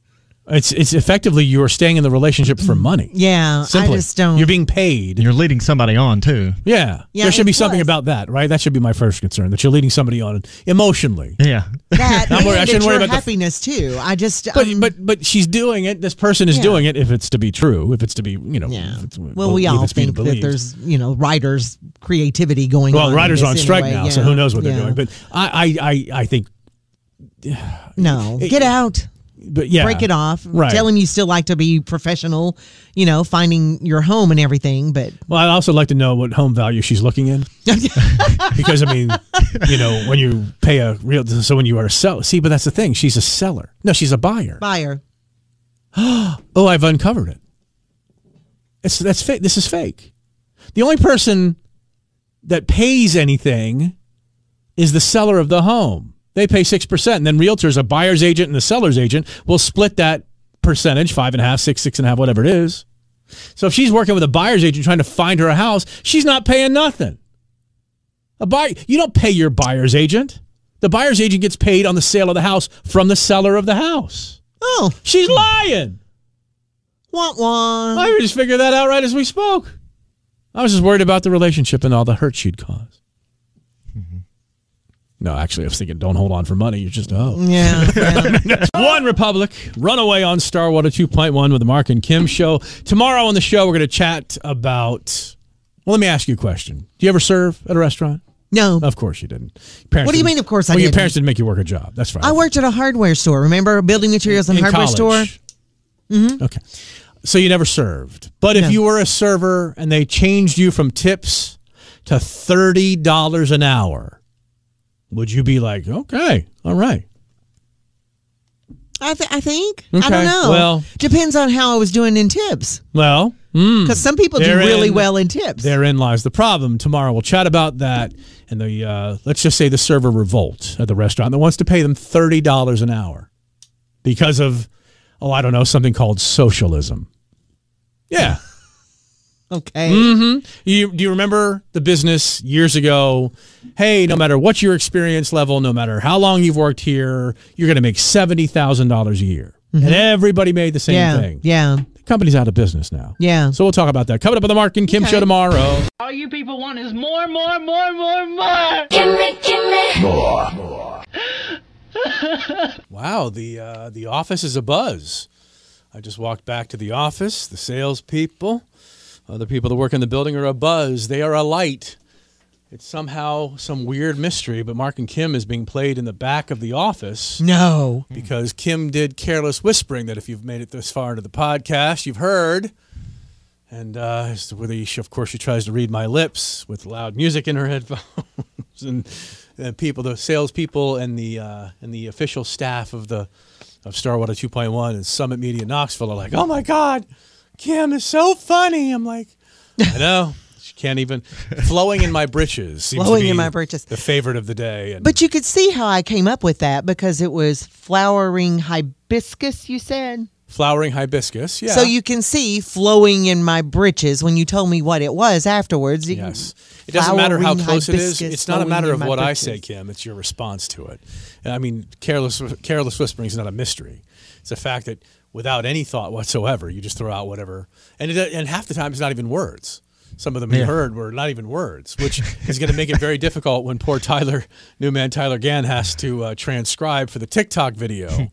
Speaker 4: It's it's effectively you are staying in the relationship for money.
Speaker 5: Yeah,
Speaker 4: Simply.
Speaker 5: Uh, I just don't.
Speaker 4: You're being paid.
Speaker 6: You're leading somebody on too.
Speaker 4: Yeah.
Speaker 5: Yeah,
Speaker 4: there should be
Speaker 5: it
Speaker 4: something about that, right? That should be my first concern that you're leading somebody on emotionally.
Speaker 6: Yeah.
Speaker 5: that
Speaker 4: I'm
Speaker 5: and
Speaker 4: worried- I
Speaker 5: it's
Speaker 4: shouldn't worry
Speaker 5: your
Speaker 4: about the-
Speaker 5: happiness too. I just
Speaker 4: But
Speaker 5: um,
Speaker 4: but but she's doing it. This person is
Speaker 5: Yeah.
Speaker 4: doing it if it's to be true, if it's to be, you know, if it's,
Speaker 5: well, we
Speaker 4: if
Speaker 5: all
Speaker 4: it's being
Speaker 5: think that
Speaker 4: believed.
Speaker 5: there's you know writers creativity going
Speaker 4: well,
Speaker 5: on. in
Speaker 4: writers
Speaker 5: this
Speaker 4: are on strike
Speaker 5: anyway,
Speaker 4: now, so
Speaker 5: yeah,
Speaker 4: who knows what
Speaker 5: yeah.
Speaker 4: they're doing. But I I I, I think
Speaker 5: no, get out.
Speaker 4: but yeah.
Speaker 5: break it off.
Speaker 4: Right.
Speaker 5: Tell him you still like to be professional, you know, finding your home and everything. But
Speaker 4: Well, I'd also like to know what home value she's looking in. because I mean, you know, when you pay a real so when you are a seller. See, but that's the thing. She's a seller. No, she's a buyer.
Speaker 5: buyer,
Speaker 4: Oh, I've uncovered it. It's that's fake. This is fake. The only person that pays anything is the seller of the home. They pay six percent, and then realtors, a buyer's agent and the seller's agent, will split that percentage five and a half, six, six and a half, whatever it is. So if she's working with a buyer's agent trying to find her a house, she's not paying nothing. A buyer, you don't pay your buyer's agent. The buyer's agent gets paid on the sale of the house from the seller of the house.
Speaker 5: oh,
Speaker 4: She's lying.
Speaker 5: want one.
Speaker 4: I just figured that out right as we spoke. I was just worried about the relationship and all the hurt she'd cause. No, actually, I was thinking, don't hold on for money. You're just, oh.
Speaker 5: Yeah, yeah.
Speaker 4: One Republic, Runaway on Star Water 2.1 with the Mark and Kim show. Tomorrow on the show, we're going to chat about. Well, let me ask you a question. Do you ever serve at a restaurant?
Speaker 5: no.
Speaker 4: Of course you didn't. Parents
Speaker 5: What do you
Speaker 4: didn't-
Speaker 5: mean, of course I
Speaker 4: well, your
Speaker 5: didn't?
Speaker 4: parents didn't make you work a job. That's right.
Speaker 5: I worked at a hardware store. Remember, building materials and hardware store.
Speaker 4: Mm-hmm. Okay. So you never served. But if
Speaker 5: No.
Speaker 4: you were a server and they changed you from tips to $30 an hour, would you be like, okay, all right?
Speaker 5: I, th- I think I
Speaker 4: Okay,
Speaker 5: don't know.
Speaker 4: well-
Speaker 5: depends on how I was doing in tips.
Speaker 4: Well, mm,
Speaker 5: Because some people do
Speaker 4: They're
Speaker 5: really
Speaker 4: in-
Speaker 5: well in tips.
Speaker 4: therein lies the problem. Tomorrow we'll chat about that and the, uh, let's just say the server revolt at the restaurant that wants to pay them $30 an hour because of, oh, I don't know, something called socialism. Yeah.
Speaker 5: Okay.
Speaker 4: Mm-hmm. You, do you remember the business years ago? Hey, no matter what your experience level, no matter how long you've worked here, you're going to make seventy thousand dollars a year, and everybody made the same
Speaker 5: Mm-hmm. yeah.
Speaker 4: thing.
Speaker 5: Yeah.
Speaker 4: The company's out of business now.
Speaker 5: Yeah.
Speaker 4: So we'll talk about that coming up on the Mark and Kim show tomorrow.
Speaker 12: All you people want is more, more, more, more, more.
Speaker 4: Wow, the uh, the office is a buzz. I just walked back to the office. The salespeople, other people that work in the building are a buzz. They are alight. It's somehow some weird mystery, but Mark and Kim is being played in the back of the office.
Speaker 5: No.
Speaker 4: because Kim did careless whispering that if you've made it this far into the podcast, you've heard. And uh, it's where the- she, of course, she tries to read my lips with loud music in her headphones, and, and people, the salespeople, and the uh, and the official staff of the of Starwater 2.1 and Summit Media Knoxville are like, "Oh my God, Kim is so funny." I'm like, "I know." She can't even flowing in my britches. Seems
Speaker 5: Flowing
Speaker 4: to be
Speaker 5: in my britches.
Speaker 4: the favorite of the day. And
Speaker 5: But you could see how I came up with that because it was flowering hibiscus. You said.
Speaker 4: flowering hibiscus. Yeah.
Speaker 5: So you can see flowing in my britches when you told me what it was afterwards. You-
Speaker 4: Yes. It doesn't matter how
Speaker 5: Flowering
Speaker 4: close it is.
Speaker 5: hibiscus
Speaker 4: It's not a
Speaker 5: flowing
Speaker 4: matter
Speaker 5: in
Speaker 4: of
Speaker 5: my
Speaker 4: what I
Speaker 5: britches.
Speaker 4: say, Kim. It's your response to it. And I mean, careless careless whispering is not a mystery. It's a fact that without any thought whatsoever, you just throw out whatever, and it, and half the time it's not even words. Some of them you
Speaker 6: Yeah.
Speaker 4: heard were not even words, which is going to make it very difficult when poor Tyler, new man Tyler Gann, has to uh, transcribe for the TikTok video.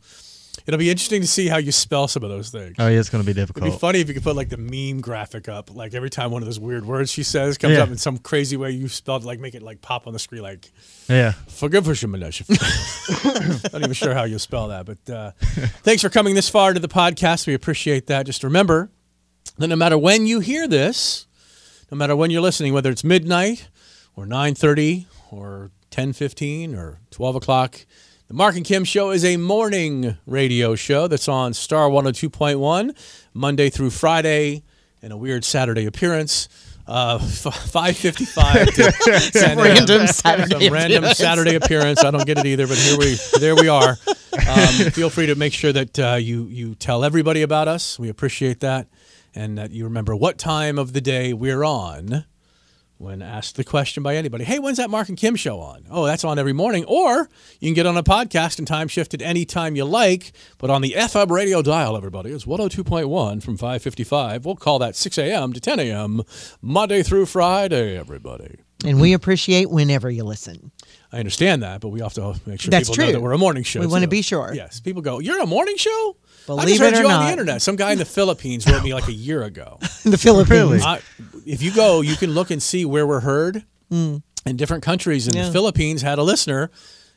Speaker 4: It'll be interesting to see how you spell some of those things.
Speaker 6: Oh yeah, it's gonna be difficult.
Speaker 4: It'd be funny if you could put like the meme graphic up. Like every time one of those weird words she says comes
Speaker 6: Yeah.
Speaker 4: up in some crazy way you spelled, like make it like pop on the screen. Like
Speaker 6: Yeah.
Speaker 4: forgive for Shemanesh. Not even sure how you spell that, but uh, thanks for coming this far to the podcast. We appreciate that. Just remember that no matter when you hear this, no matter when you're listening, whether it's midnight or 9:30 or 10:15 or 12 o'clock. The Mark and Kim Show is a morning radio show that's on Star 102.1 Monday through Friday, and a weird Saturday appearance. Uh, f- 5:55 to 10 a.m.
Speaker 5: random Saturday
Speaker 4: Some random
Speaker 5: appearance.
Speaker 4: Saturday appearance. I don't get it either, but here we there we are. Um, feel free to make sure that uh, you you tell everybody about us. We appreciate that, and that you remember what time of the day we're on when asked the question by anybody. Hey, when's that Mark and Kim show on? Oh, that's on every morning. Or you can get on a podcast and time shift it anytime you like. But on the FUB radio dial, everybody, it's 102.1 from 555. We'll call that 6 a.m. to 10 a.m. Monday through Friday, everybody.
Speaker 5: And we appreciate whenever you listen.
Speaker 4: I understand that, but we have to make sure
Speaker 5: That's
Speaker 4: people know
Speaker 5: true.
Speaker 4: that we're a morning show.
Speaker 5: We want to
Speaker 4: too.
Speaker 5: be sure.
Speaker 4: Yes, people go, "You're a morning show." I
Speaker 5: Believe
Speaker 4: just heard
Speaker 5: it or
Speaker 4: you on
Speaker 5: not,
Speaker 4: the internet. Some guy in the Philippines wrote me like a year ago.
Speaker 5: in the Philippines.
Speaker 4: I, if you go, you can look and see where we're heard
Speaker 5: Mm.
Speaker 4: in different countries. And
Speaker 5: Yeah.
Speaker 4: the Philippines had a listener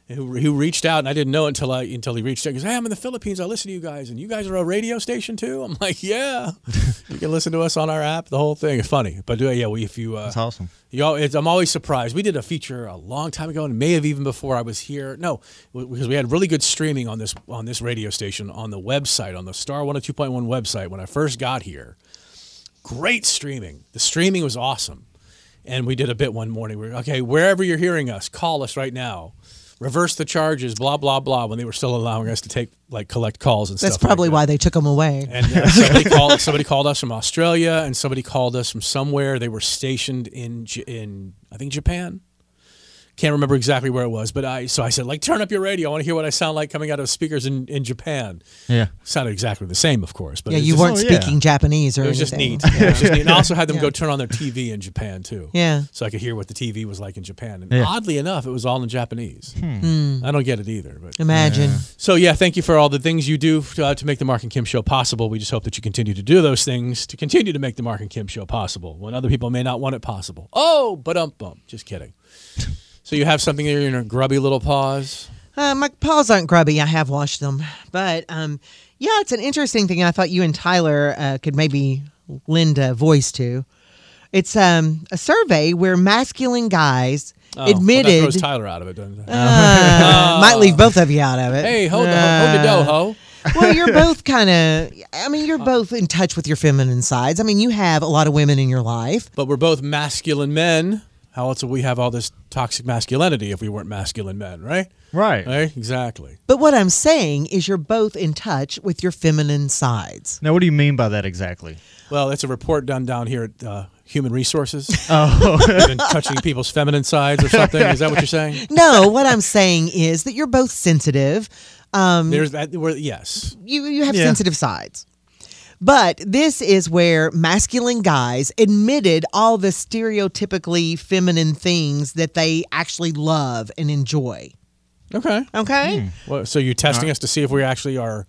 Speaker 4: who, who reached out, and I didn't know until I until he reached out. Because hey, I'm in the Philippines. I listen to you guys, and you guys are a radio station too. I'm like, yeah, you can listen to us on our app. The whole thing is funny. But uh, yeah, well, if you uh,
Speaker 6: That's awesome.
Speaker 4: you know, it's, I'm always surprised. We did a feature a long time ago, and may have even before I was here. No, w- because we had really good streaming on this on this radio station on the website on the Star 102.1 website when I first got here. Great streaming. The streaming was awesome, and we did a bit one morning. We were okay wherever you're hearing us, call us right now. Reverse the charges, blah blah blah. When they were still allowing us to take like collect calls and
Speaker 5: That's
Speaker 4: stuff. like
Speaker 5: probably why they took them away.
Speaker 4: and uh, somebody called somebody called us from Australia, and somebody called us from somewhere. They were stationed in J- in I think Japan. Can't remember exactly where it was, but I so I said like turn up your radio. I want to hear what I sound like coming out of speakers in in Japan.
Speaker 6: Yeah.
Speaker 4: sounded exactly the same, of course. But
Speaker 5: Oh, yeah,
Speaker 4: it was
Speaker 5: you
Speaker 4: just- oh,
Speaker 5: weren't speaking Japanese or
Speaker 4: it was
Speaker 5: anything.
Speaker 4: just neat. Yeah, it was just neat. And I also had them
Speaker 5: Yeah.
Speaker 4: go turn on their TV in Japan too.
Speaker 5: Yeah.
Speaker 4: so I could hear what the TV was like in Japan. And
Speaker 5: Yeah.
Speaker 4: oddly enough, it was all in Japanese.
Speaker 5: Hmm.
Speaker 4: I don't get it either. But
Speaker 5: Imagine. Yeah.
Speaker 4: So yeah, thank you for all the things you do uh, to make the Mark and Kim Show possible. We just hope that you continue to do those things to continue to make the Mark and Kim Show possible when other people may not want it possible. Oh, but um bump. Just kidding. So you have something there in your grubby little paws.
Speaker 5: Uh, my paws aren't grubby. I have washed them, but um, yeah, it's an interesting thing. I thought you and Tyler uh, could maybe lend a voice to. It's um, a survey where masculine guys
Speaker 4: Oh, well, that
Speaker 5: admitted
Speaker 4: throws Tyler out of it, doesn't it?
Speaker 5: Uh,
Speaker 4: Oh.
Speaker 5: might leave both of you out of it.
Speaker 4: Hey, hold the hold the dough, ho.
Speaker 5: well, you're both kind of. I mean, you're both in touch with your feminine sides. I mean, you have a lot of women in your life.
Speaker 4: But we're both masculine men. How else would we have all this toxic masculinity if we weren't masculine men, right?
Speaker 6: Right.
Speaker 4: Right? Exactly.
Speaker 5: But what I'm saying is, you're both in touch with your feminine sides.
Speaker 6: Now, what do you mean by that exactly?
Speaker 4: Well, it's a report done down here at uh, Human Resources. Oh. been touching people's feminine sides or something. Is that what you're saying?
Speaker 5: No, what I'm saying is that you're both sensitive. Um,
Speaker 4: There's that. Where, yes.
Speaker 5: you you have
Speaker 4: Yeah.
Speaker 5: sensitive sides. But this is where masculine guys admitted all the stereotypically feminine things that they actually love and enjoy.
Speaker 4: Okay.
Speaker 5: Okay.
Speaker 4: Well, so you're testing us to see if we actually are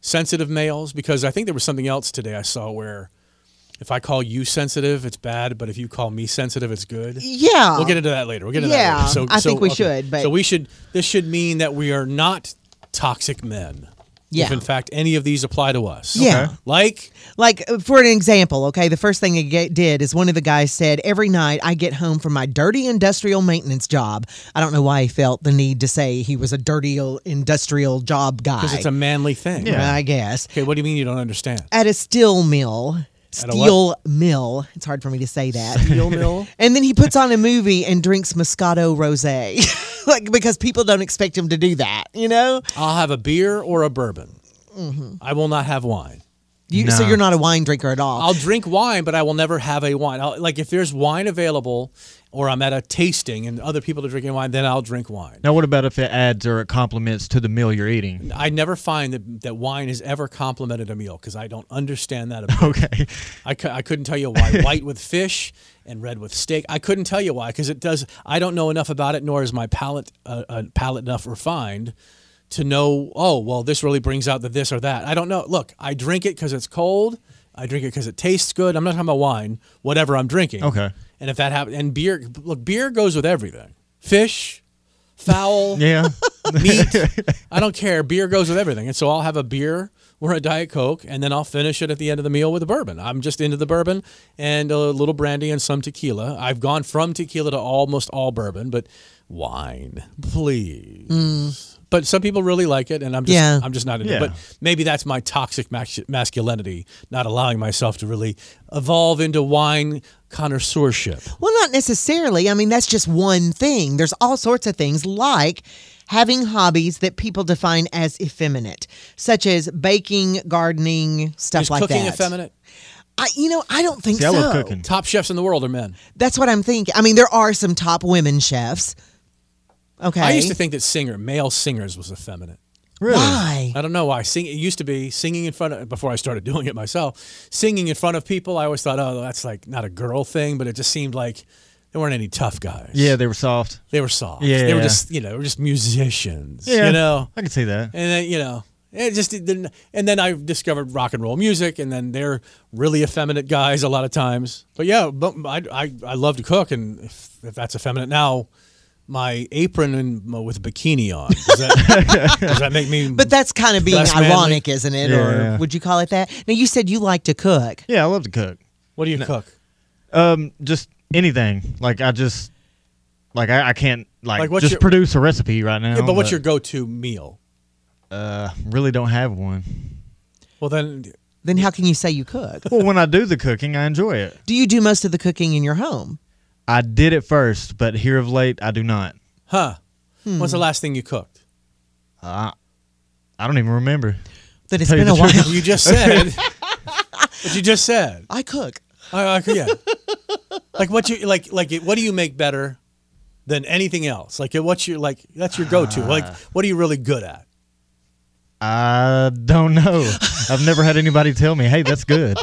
Speaker 4: sensitive males? Because I think there was something else today I saw where if I call you sensitive, it's bad, but if you call me sensitive, it's good.
Speaker 5: Yeah.
Speaker 4: We'll get into that later. We'll get into
Speaker 5: Yeah,
Speaker 4: that later. So,
Speaker 5: I
Speaker 4: so-
Speaker 5: think we
Speaker 4: okay.
Speaker 5: should, but-
Speaker 4: So we should, this should mean that we are not toxic men. If
Speaker 5: Yeah.
Speaker 4: in fact any of these apply to us.
Speaker 5: Yeah. Okay.
Speaker 4: Like,
Speaker 5: Like uh, for an example, okay, the first thing he get, did is one of the guys said, "Every night I get home from my dirty industrial maintenance job." I don't know why he felt the need to say he was a dirty o- industrial job guy.
Speaker 4: because it's a manly thing.
Speaker 5: Yeah, I guess.
Speaker 4: Okay, what do you mean you don't understand?
Speaker 5: at a steel mill.
Speaker 4: At a
Speaker 5: Steel mill. It's hard for me to say that.
Speaker 4: Steel mill?
Speaker 5: And then he puts on a movie and drinks Moscato Rosé, like because people don't expect him to do that, you know.
Speaker 4: I'll have a beer or a bourbon.
Speaker 5: Mhm.
Speaker 4: I will not have wine.
Speaker 5: You, So you're not a wine drinker at all.
Speaker 4: I'll drink wine, but I will never have a wine. I'll, like if there's wine available, or I'm at a tasting and other people are drinking wine, then I'll drink wine.
Speaker 6: Now, what about if it adds or it complements to the meal you're eating?
Speaker 4: I never find that, that wine has ever complemented a meal because I don't understand that. About
Speaker 6: okay,
Speaker 4: I, cou- I couldn't tell you why white with fish and red with steak. I couldn't tell you why because it does. I don't know enough about it, nor is my palate uh, uh, palate enough refined to know. Oh, well, this really brings out the this or that. I don't know. Look, I drink it because it's cold. I drink it because it tastes good. I'm not talking about wine. Whatever I'm drinking.
Speaker 6: Okay.
Speaker 4: And if that happens, and beer, look, beer goes with everything. Fish, fowl,
Speaker 6: Yeah.
Speaker 4: meat. I don't care. Beer goes with everything. And so I'll have a beer or a Diet Coke, and then I'll finish it at the end of the meal with a bourbon. I'm just into the bourbon and a little brandy and some tequila. I've gone from tequila to almost all bourbon, but wine, please. But some people really like it, and I'm just
Speaker 5: Mm. Yeah.
Speaker 4: I'm just not into
Speaker 5: Yeah.
Speaker 4: it. But maybe that's my toxic mas- masculinity, not allowing myself to really evolve into wine connoisseurship.
Speaker 5: Well, not necessarily. I mean, that's just one thing. There's all sorts of things like having hobbies that people define as effeminate, such as baking, gardening, stuff
Speaker 4: Is
Speaker 5: like
Speaker 4: cooking
Speaker 5: that.
Speaker 4: effeminate?
Speaker 5: I, you know, I don't think so.
Speaker 4: Top chefs in the world are men.
Speaker 5: That's what I'm thinking. I mean, there are some top women chefs. Okay.
Speaker 4: I used to think that singer, male singers, was effeminate.
Speaker 5: Really? Why?
Speaker 4: I don't know why. Sing, it used to be singing in front of, before I started doing it myself, singing in front of people. I always thought, oh, that's like not a girl thing, but it just seemed like there weren't any tough guys.
Speaker 6: Yeah, they were soft.
Speaker 4: They were soft.
Speaker 6: Yeah,
Speaker 4: They were
Speaker 6: yeah.
Speaker 4: just, you know, they were just musicians.
Speaker 6: Yeah,
Speaker 4: You know?
Speaker 6: I can see that.
Speaker 4: And then, you know, it just didn't. And then I discovered rock and roll music, and then they're really effeminate guys a lot of times. But yeah, but I, I, I love to cook, and if, if that's effeminate now, my apron and my, with a bikini on does that, does that make me?
Speaker 5: But that's kind of being
Speaker 4: less manly?
Speaker 5: ironic, isn't it? Or would you call it that? Now, you said you like to cook.
Speaker 6: Yeah, I love to cook.
Speaker 4: What do you
Speaker 6: No.
Speaker 4: cook?
Speaker 6: Um, just anything. Like I just, like I, I can't like,
Speaker 4: Like, what's
Speaker 6: just
Speaker 4: your-
Speaker 6: produce a recipe right now.
Speaker 4: Yeah, but what's your go-to meal?
Speaker 6: Uh, really don't have one.
Speaker 4: Well, then.
Speaker 5: Then how can you say you cook?
Speaker 6: well, when I do the cooking, I enjoy it.
Speaker 5: Do you do most of the cooking in your home?
Speaker 6: I did it first, but here of late, I do not.
Speaker 4: Huh? What's the last thing you cooked?
Speaker 6: Uh, I don't even remember.
Speaker 5: That
Speaker 6: it's
Speaker 5: it's been a while.
Speaker 4: You just said. what you just said.
Speaker 5: I cook.
Speaker 4: I, I, yeah. like what you like like what do you make better than anything else? Like what's your like that's your go-to. like what are you really good at?
Speaker 6: I don't know. I've never had anybody tell me, "Hey, that's good."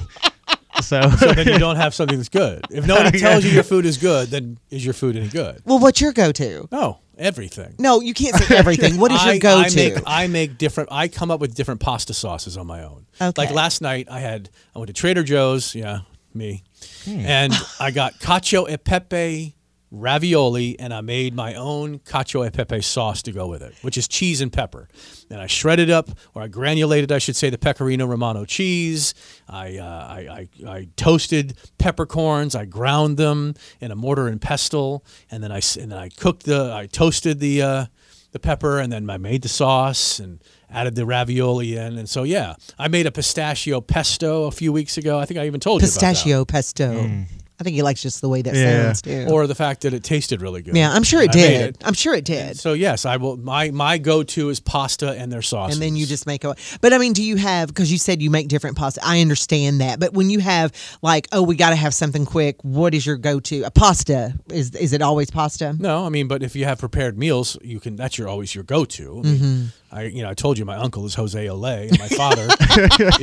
Speaker 6: So,
Speaker 4: So then you don't have something that's good. If nobody tells you your food is good, then is your food any good?
Speaker 5: Well, what's your go to?
Speaker 4: No, everything.
Speaker 5: No, you can't say everything. What is
Speaker 4: I-
Speaker 5: your go
Speaker 4: I make,
Speaker 5: to?
Speaker 4: I make different. I come up with different pasta sauces on my own.
Speaker 5: Okay.
Speaker 4: Like last night, I had I went to Trader Joe's. Yeah, me, and I got cacio e pepe ravioli, and I made my own cacio e pepe sauce to go with it, which is cheese and pepper. And I shredded up, or I granulated, I should say, the pecorino romano cheese. I uh, I, I I toasted peppercorns. I ground them in a mortar and pestle, and then I s- and then I cooked the I toasted the. Uh, the pepper and then I made the sauce and added the ravioli in. And so, yeah, I made a pistachio pesto a few weeks ago. I think I even told you
Speaker 5: Pistachio
Speaker 4: about
Speaker 5: pesto. I think he likes just the way that
Speaker 4: that.
Speaker 5: sounds, too.
Speaker 4: Or the fact that it tasted really good.
Speaker 5: yeah, I'm sure it
Speaker 4: I made
Speaker 5: did. I'm sure it did.
Speaker 4: So, yes, I will. My, my go to is pasta and their sauce.
Speaker 5: And then you just make a. But I mean, do you have? Because you said you make different pasta. I understand that. But when you have like, oh, we got to have something quick. What is your go-to? A pasta is is it always pasta?
Speaker 4: No, I mean, but if you have prepared meals, you can. That's your always your go-to. I, mean,
Speaker 5: Mhm.
Speaker 4: I you know, I told you my uncle is Jose Olay, and my father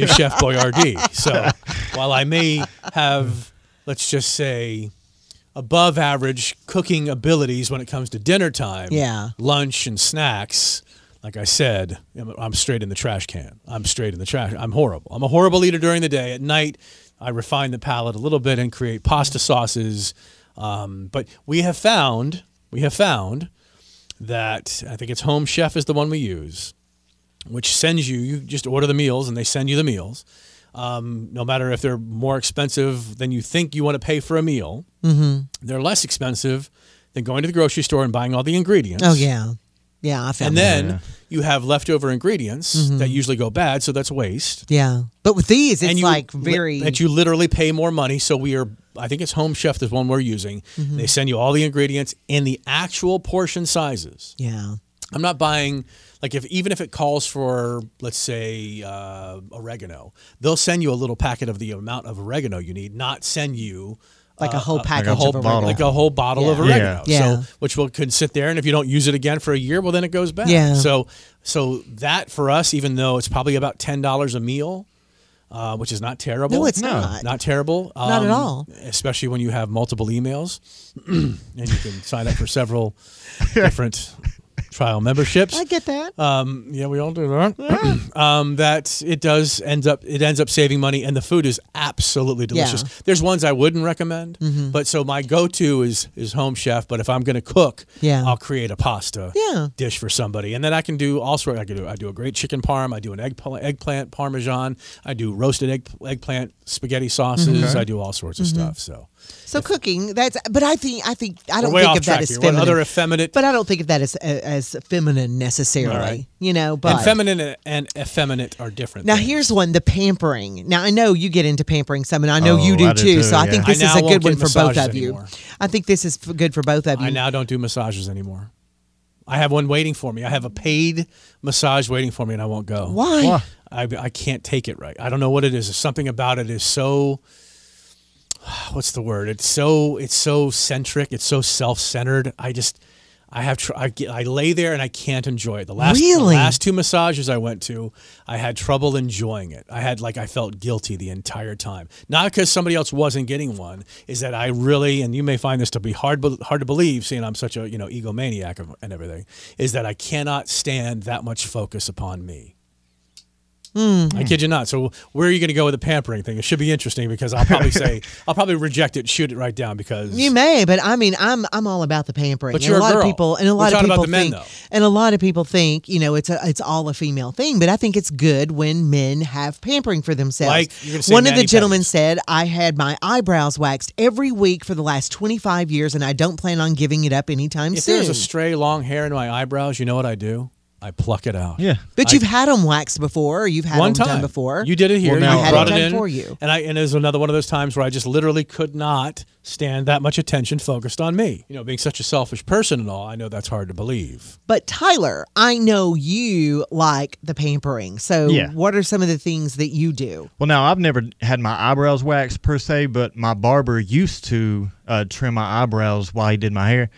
Speaker 4: is Chef Boyardee. So while I may have, let's just say, above average cooking abilities when it comes to dinner time,
Speaker 5: Yeah.
Speaker 4: lunch and snacks. Like I said, I'm- I'm straight in the trash can. I'm straight in the trash. I'm horrible. I'm a horrible eater during the day. At night, I refine the palate a little bit and create pasta sauces. Um, but we have found, we have found that I think it's Home Chef is the one we use, which sends you, you just order the meals and they send you the meals. Um, no matter if they're more expensive than you think you want to pay for a meal,
Speaker 5: Mhm.
Speaker 4: they're less expensive than going to the grocery store and buying all the ingredients.
Speaker 5: Oh yeah, yeah. I found
Speaker 4: And
Speaker 5: that.
Speaker 4: then you have leftover ingredients
Speaker 5: Mhm.
Speaker 4: that usually go bad, so that's waste.
Speaker 5: yeah, but with these, it's
Speaker 4: you
Speaker 5: like
Speaker 4: li-
Speaker 5: very.
Speaker 4: that you literally pay more money. So we are, I think it's Home Chef, the one we're using.
Speaker 5: Mhm.
Speaker 4: They send you all the ingredients in the actual portion sizes.
Speaker 5: yeah.
Speaker 4: I'm not buying like if even if it calls for let's say uh, oregano, they'll send you a little packet of the amount of oregano you need, not send you
Speaker 5: Like a
Speaker 4: uh,
Speaker 5: whole package
Speaker 4: like a whole,
Speaker 5: of oregano.
Speaker 4: like a whole bottle of
Speaker 5: Yeah.
Speaker 4: oregano.
Speaker 5: Yeah. Yeah.
Speaker 4: So which will could sit there, and if you don't use it again for a year, well then it goes back.
Speaker 5: Yeah.
Speaker 4: So so that for us, even though it's probably about ten dollars a meal. Uh, which is not terrible.
Speaker 5: No, it's No. not.
Speaker 4: Not terrible.
Speaker 5: Not at
Speaker 4: um,
Speaker 5: all.
Speaker 4: Especially when you have multiple emails, and you can sign up for several different trial memberships.
Speaker 5: I get that.
Speaker 4: Um, yeah, we all do that. um, that it does ends up it ends up saving money, and the food is absolutely delicious.
Speaker 5: Yeah.
Speaker 4: There's ones I wouldn't recommend,
Speaker 5: Mhm.
Speaker 4: but so my go-to is is Home Chef. But if I'm going to cook,
Speaker 5: Yeah.
Speaker 4: I'll create a pasta
Speaker 5: Yeah.
Speaker 4: dish for somebody, and then I can do all sorts. I can do I do a great chicken parm. I do an egg pla- eggplant parmesan. I do roasted egg eggplant spaghetti sauces.
Speaker 5: Okay.
Speaker 4: I do all sorts of
Speaker 5: Mhm.
Speaker 4: stuff. So
Speaker 5: So cooking, that's. But I think I think I
Speaker 4: We're
Speaker 5: don't
Speaker 4: way
Speaker 5: think
Speaker 4: off
Speaker 5: of that
Speaker 4: track
Speaker 5: as
Speaker 4: here. What
Speaker 5: feminine.
Speaker 4: other effeminate-
Speaker 5: But I don't think of that as as feminine necessarily.
Speaker 4: All right.
Speaker 5: You know, but
Speaker 4: and feminine and- and effeminate are different.
Speaker 5: Now here's one: the pampering. Now I know you get into pampering some, and I know
Speaker 4: Oh,
Speaker 5: you do
Speaker 4: I do
Speaker 5: too.
Speaker 4: too,
Speaker 5: So I think
Speaker 4: yeah. I
Speaker 5: this
Speaker 4: now
Speaker 5: is a
Speaker 4: won't
Speaker 5: good
Speaker 4: get
Speaker 5: one for both
Speaker 4: massages
Speaker 5: of you.
Speaker 4: anymore.
Speaker 5: I think this is f- good for both of you.
Speaker 4: I now don't do massages anymore. I have one waiting for me. I have a paid massage waiting for me, and I won't go.
Speaker 5: Why? Why?
Speaker 4: I, I can't take it right. I don't know what it is. There's something about it is so. What's the word? It's so it's so centric. It's so self centered. I just I have tr- I, get, I lay there and I can't enjoy it. The last the
Speaker 5: Really?
Speaker 4: last two massages I went to, I had trouble enjoying it. I had like I felt guilty the entire time. Not because somebody else wasn't getting one, is that I really and you may find this to be hard be- hard to believe, seeing I'm such a you know egomaniac of- and everything, is that I cannot stand that much focus upon me. I kid you not. So where are you going to go with the pampering thing? It should be interesting because I'll probably say I'll probably reject it, shoot it right down because
Speaker 5: You may, but I mean, I'm I'm all about the pampering.
Speaker 4: But
Speaker 5: And
Speaker 4: you're a
Speaker 5: a lot
Speaker 4: girl.
Speaker 5: of people, and a
Speaker 4: We're
Speaker 5: lot of
Speaker 4: talking
Speaker 5: people
Speaker 4: about the men,
Speaker 5: think, and a lot of people think, you know, it's a it's all a female thing. But I think it's good when men have pampering for themselves.
Speaker 4: Like, you're gonna say
Speaker 5: one of
Speaker 4: mani
Speaker 5: the gentlemen said, I had my eyebrows waxed every week for the last 25 years, and I don't plan on giving it up anytime
Speaker 4: if
Speaker 5: soon.
Speaker 4: there's a stray long hair in my eyebrows, you know what I do? I pluck it out. Yeah,
Speaker 5: but you've had them waxed before, or you've had
Speaker 4: one
Speaker 5: them
Speaker 4: time
Speaker 5: done before.
Speaker 4: You did it here.
Speaker 5: I
Speaker 4: you
Speaker 5: had
Speaker 4: brought
Speaker 5: it done
Speaker 4: in
Speaker 5: for you.
Speaker 4: And I and it was another one of those times where I just literally could not stand that much attention focused on me. You know, being such a selfish person and all, I know that's hard to believe.
Speaker 5: But Tyler, I know you like the pampering. So,
Speaker 6: Yeah.
Speaker 5: what are some of the things that you do?
Speaker 6: Well, now I've never had my eyebrows waxed per se, but my barber used to uh, trim my eyebrows while he did my hair.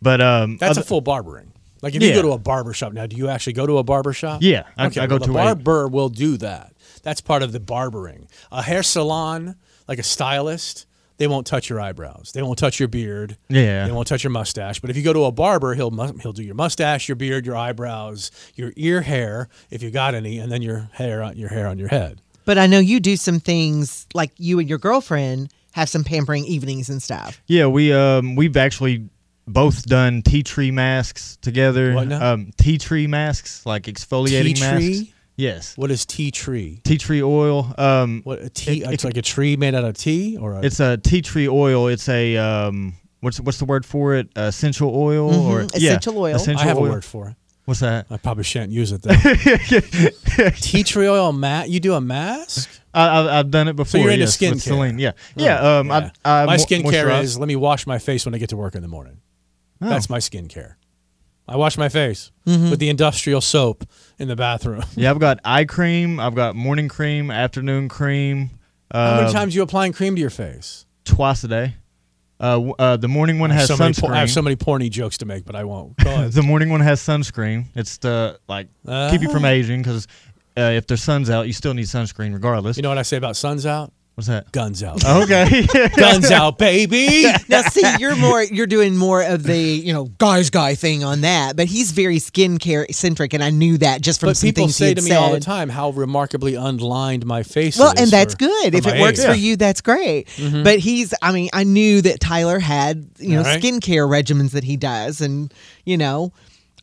Speaker 6: But um,
Speaker 4: That's a
Speaker 6: other-
Speaker 4: full barbering. Like if you
Speaker 6: Yeah.
Speaker 4: go to a barber shop now, do you actually go to a barber shop?
Speaker 6: Yeah, I-
Speaker 4: okay.
Speaker 6: I go
Speaker 4: well, the
Speaker 6: to a-
Speaker 4: barber will do that. That's part of the barbering. A hair salon, like a stylist, they won't touch your eyebrows. They won't touch your beard.
Speaker 6: Yeah.
Speaker 4: They won't touch your mustache. But if you go to a barber, he'll mu- he'll do your mustache, your beard, your eyebrows, your ear hair if you got any, and then your hair on your hair on your head.
Speaker 5: But I know you do some things like you and your girlfriend have some pampering evenings and stuff.
Speaker 6: Yeah, we um we've actually both done tea tree masks together.
Speaker 4: What now?
Speaker 6: Um, tea tree masks, like exfoliating
Speaker 4: tea
Speaker 6: masks.
Speaker 4: tree.
Speaker 6: Yes.
Speaker 4: What is tea tree?
Speaker 6: Tea tree oil. Um,
Speaker 4: what a tea? it's like a tree made out of tea, or a,
Speaker 6: It's a tea tree oil. It's a um what's what's the word for it? Essential oil or yeah, Mm-hmm. Essential
Speaker 4: I have
Speaker 6: oil.
Speaker 4: a word for it.
Speaker 6: What's that?
Speaker 4: I probably shouldn't use it though. tea tree oil mat. You do a mask.
Speaker 6: I, I, I've done it before.
Speaker 4: So you're into
Speaker 6: yes,
Speaker 4: skin
Speaker 6: with
Speaker 4: care.
Speaker 6: Celine, Yeah, yeah. Um, I, I
Speaker 4: my
Speaker 6: mo-
Speaker 4: skincare
Speaker 6: moisturize.
Speaker 4: is let me wash my face when I get to work in the morning.
Speaker 6: Oh.
Speaker 4: That's my skincare. I wash my face
Speaker 5: Mm-hmm.
Speaker 6: Mhm.
Speaker 4: with the industrial soap in the bathroom.
Speaker 6: Yeah, I've got eye cream. I've got morning cream, afternoon cream.
Speaker 4: How many
Speaker 6: um,
Speaker 4: times are you applying cream to your face?
Speaker 6: Twice a day. Uh, w- uh, the morning one
Speaker 4: I have
Speaker 6: has
Speaker 4: so many
Speaker 6: sunscreen.
Speaker 4: por- I have so many porny jokes to make, but I won't. Go ahead.
Speaker 6: the morning one has sunscreen. It's to like keep you from
Speaker 4: Ah.
Speaker 6: aging because uh, if the sun's out, you still need sunscreen regardless.
Speaker 4: you know what I say about suns out?
Speaker 6: What's that?
Speaker 4: Guns out.
Speaker 6: Oh. Okay.
Speaker 4: Guns out, baby.
Speaker 5: now see, you're more you're doing more of the, you know, guys guy thing on that, but he's very skincare centric and I knew that just from
Speaker 4: But
Speaker 5: some
Speaker 4: people
Speaker 5: things he
Speaker 4: say
Speaker 5: had
Speaker 4: to me all the
Speaker 5: said.
Speaker 4: time how remarkably unlined my face
Speaker 5: Well,
Speaker 4: is.
Speaker 5: and that's
Speaker 4: for-
Speaker 5: good.
Speaker 4: for
Speaker 5: If
Speaker 4: my
Speaker 5: it works
Speaker 4: age.
Speaker 5: for you, that's great.
Speaker 4: Mhm.
Speaker 5: But he's, I mean, I knew that Tyler had, you know,
Speaker 4: All right.
Speaker 5: skincare regimens that he does. And, you know,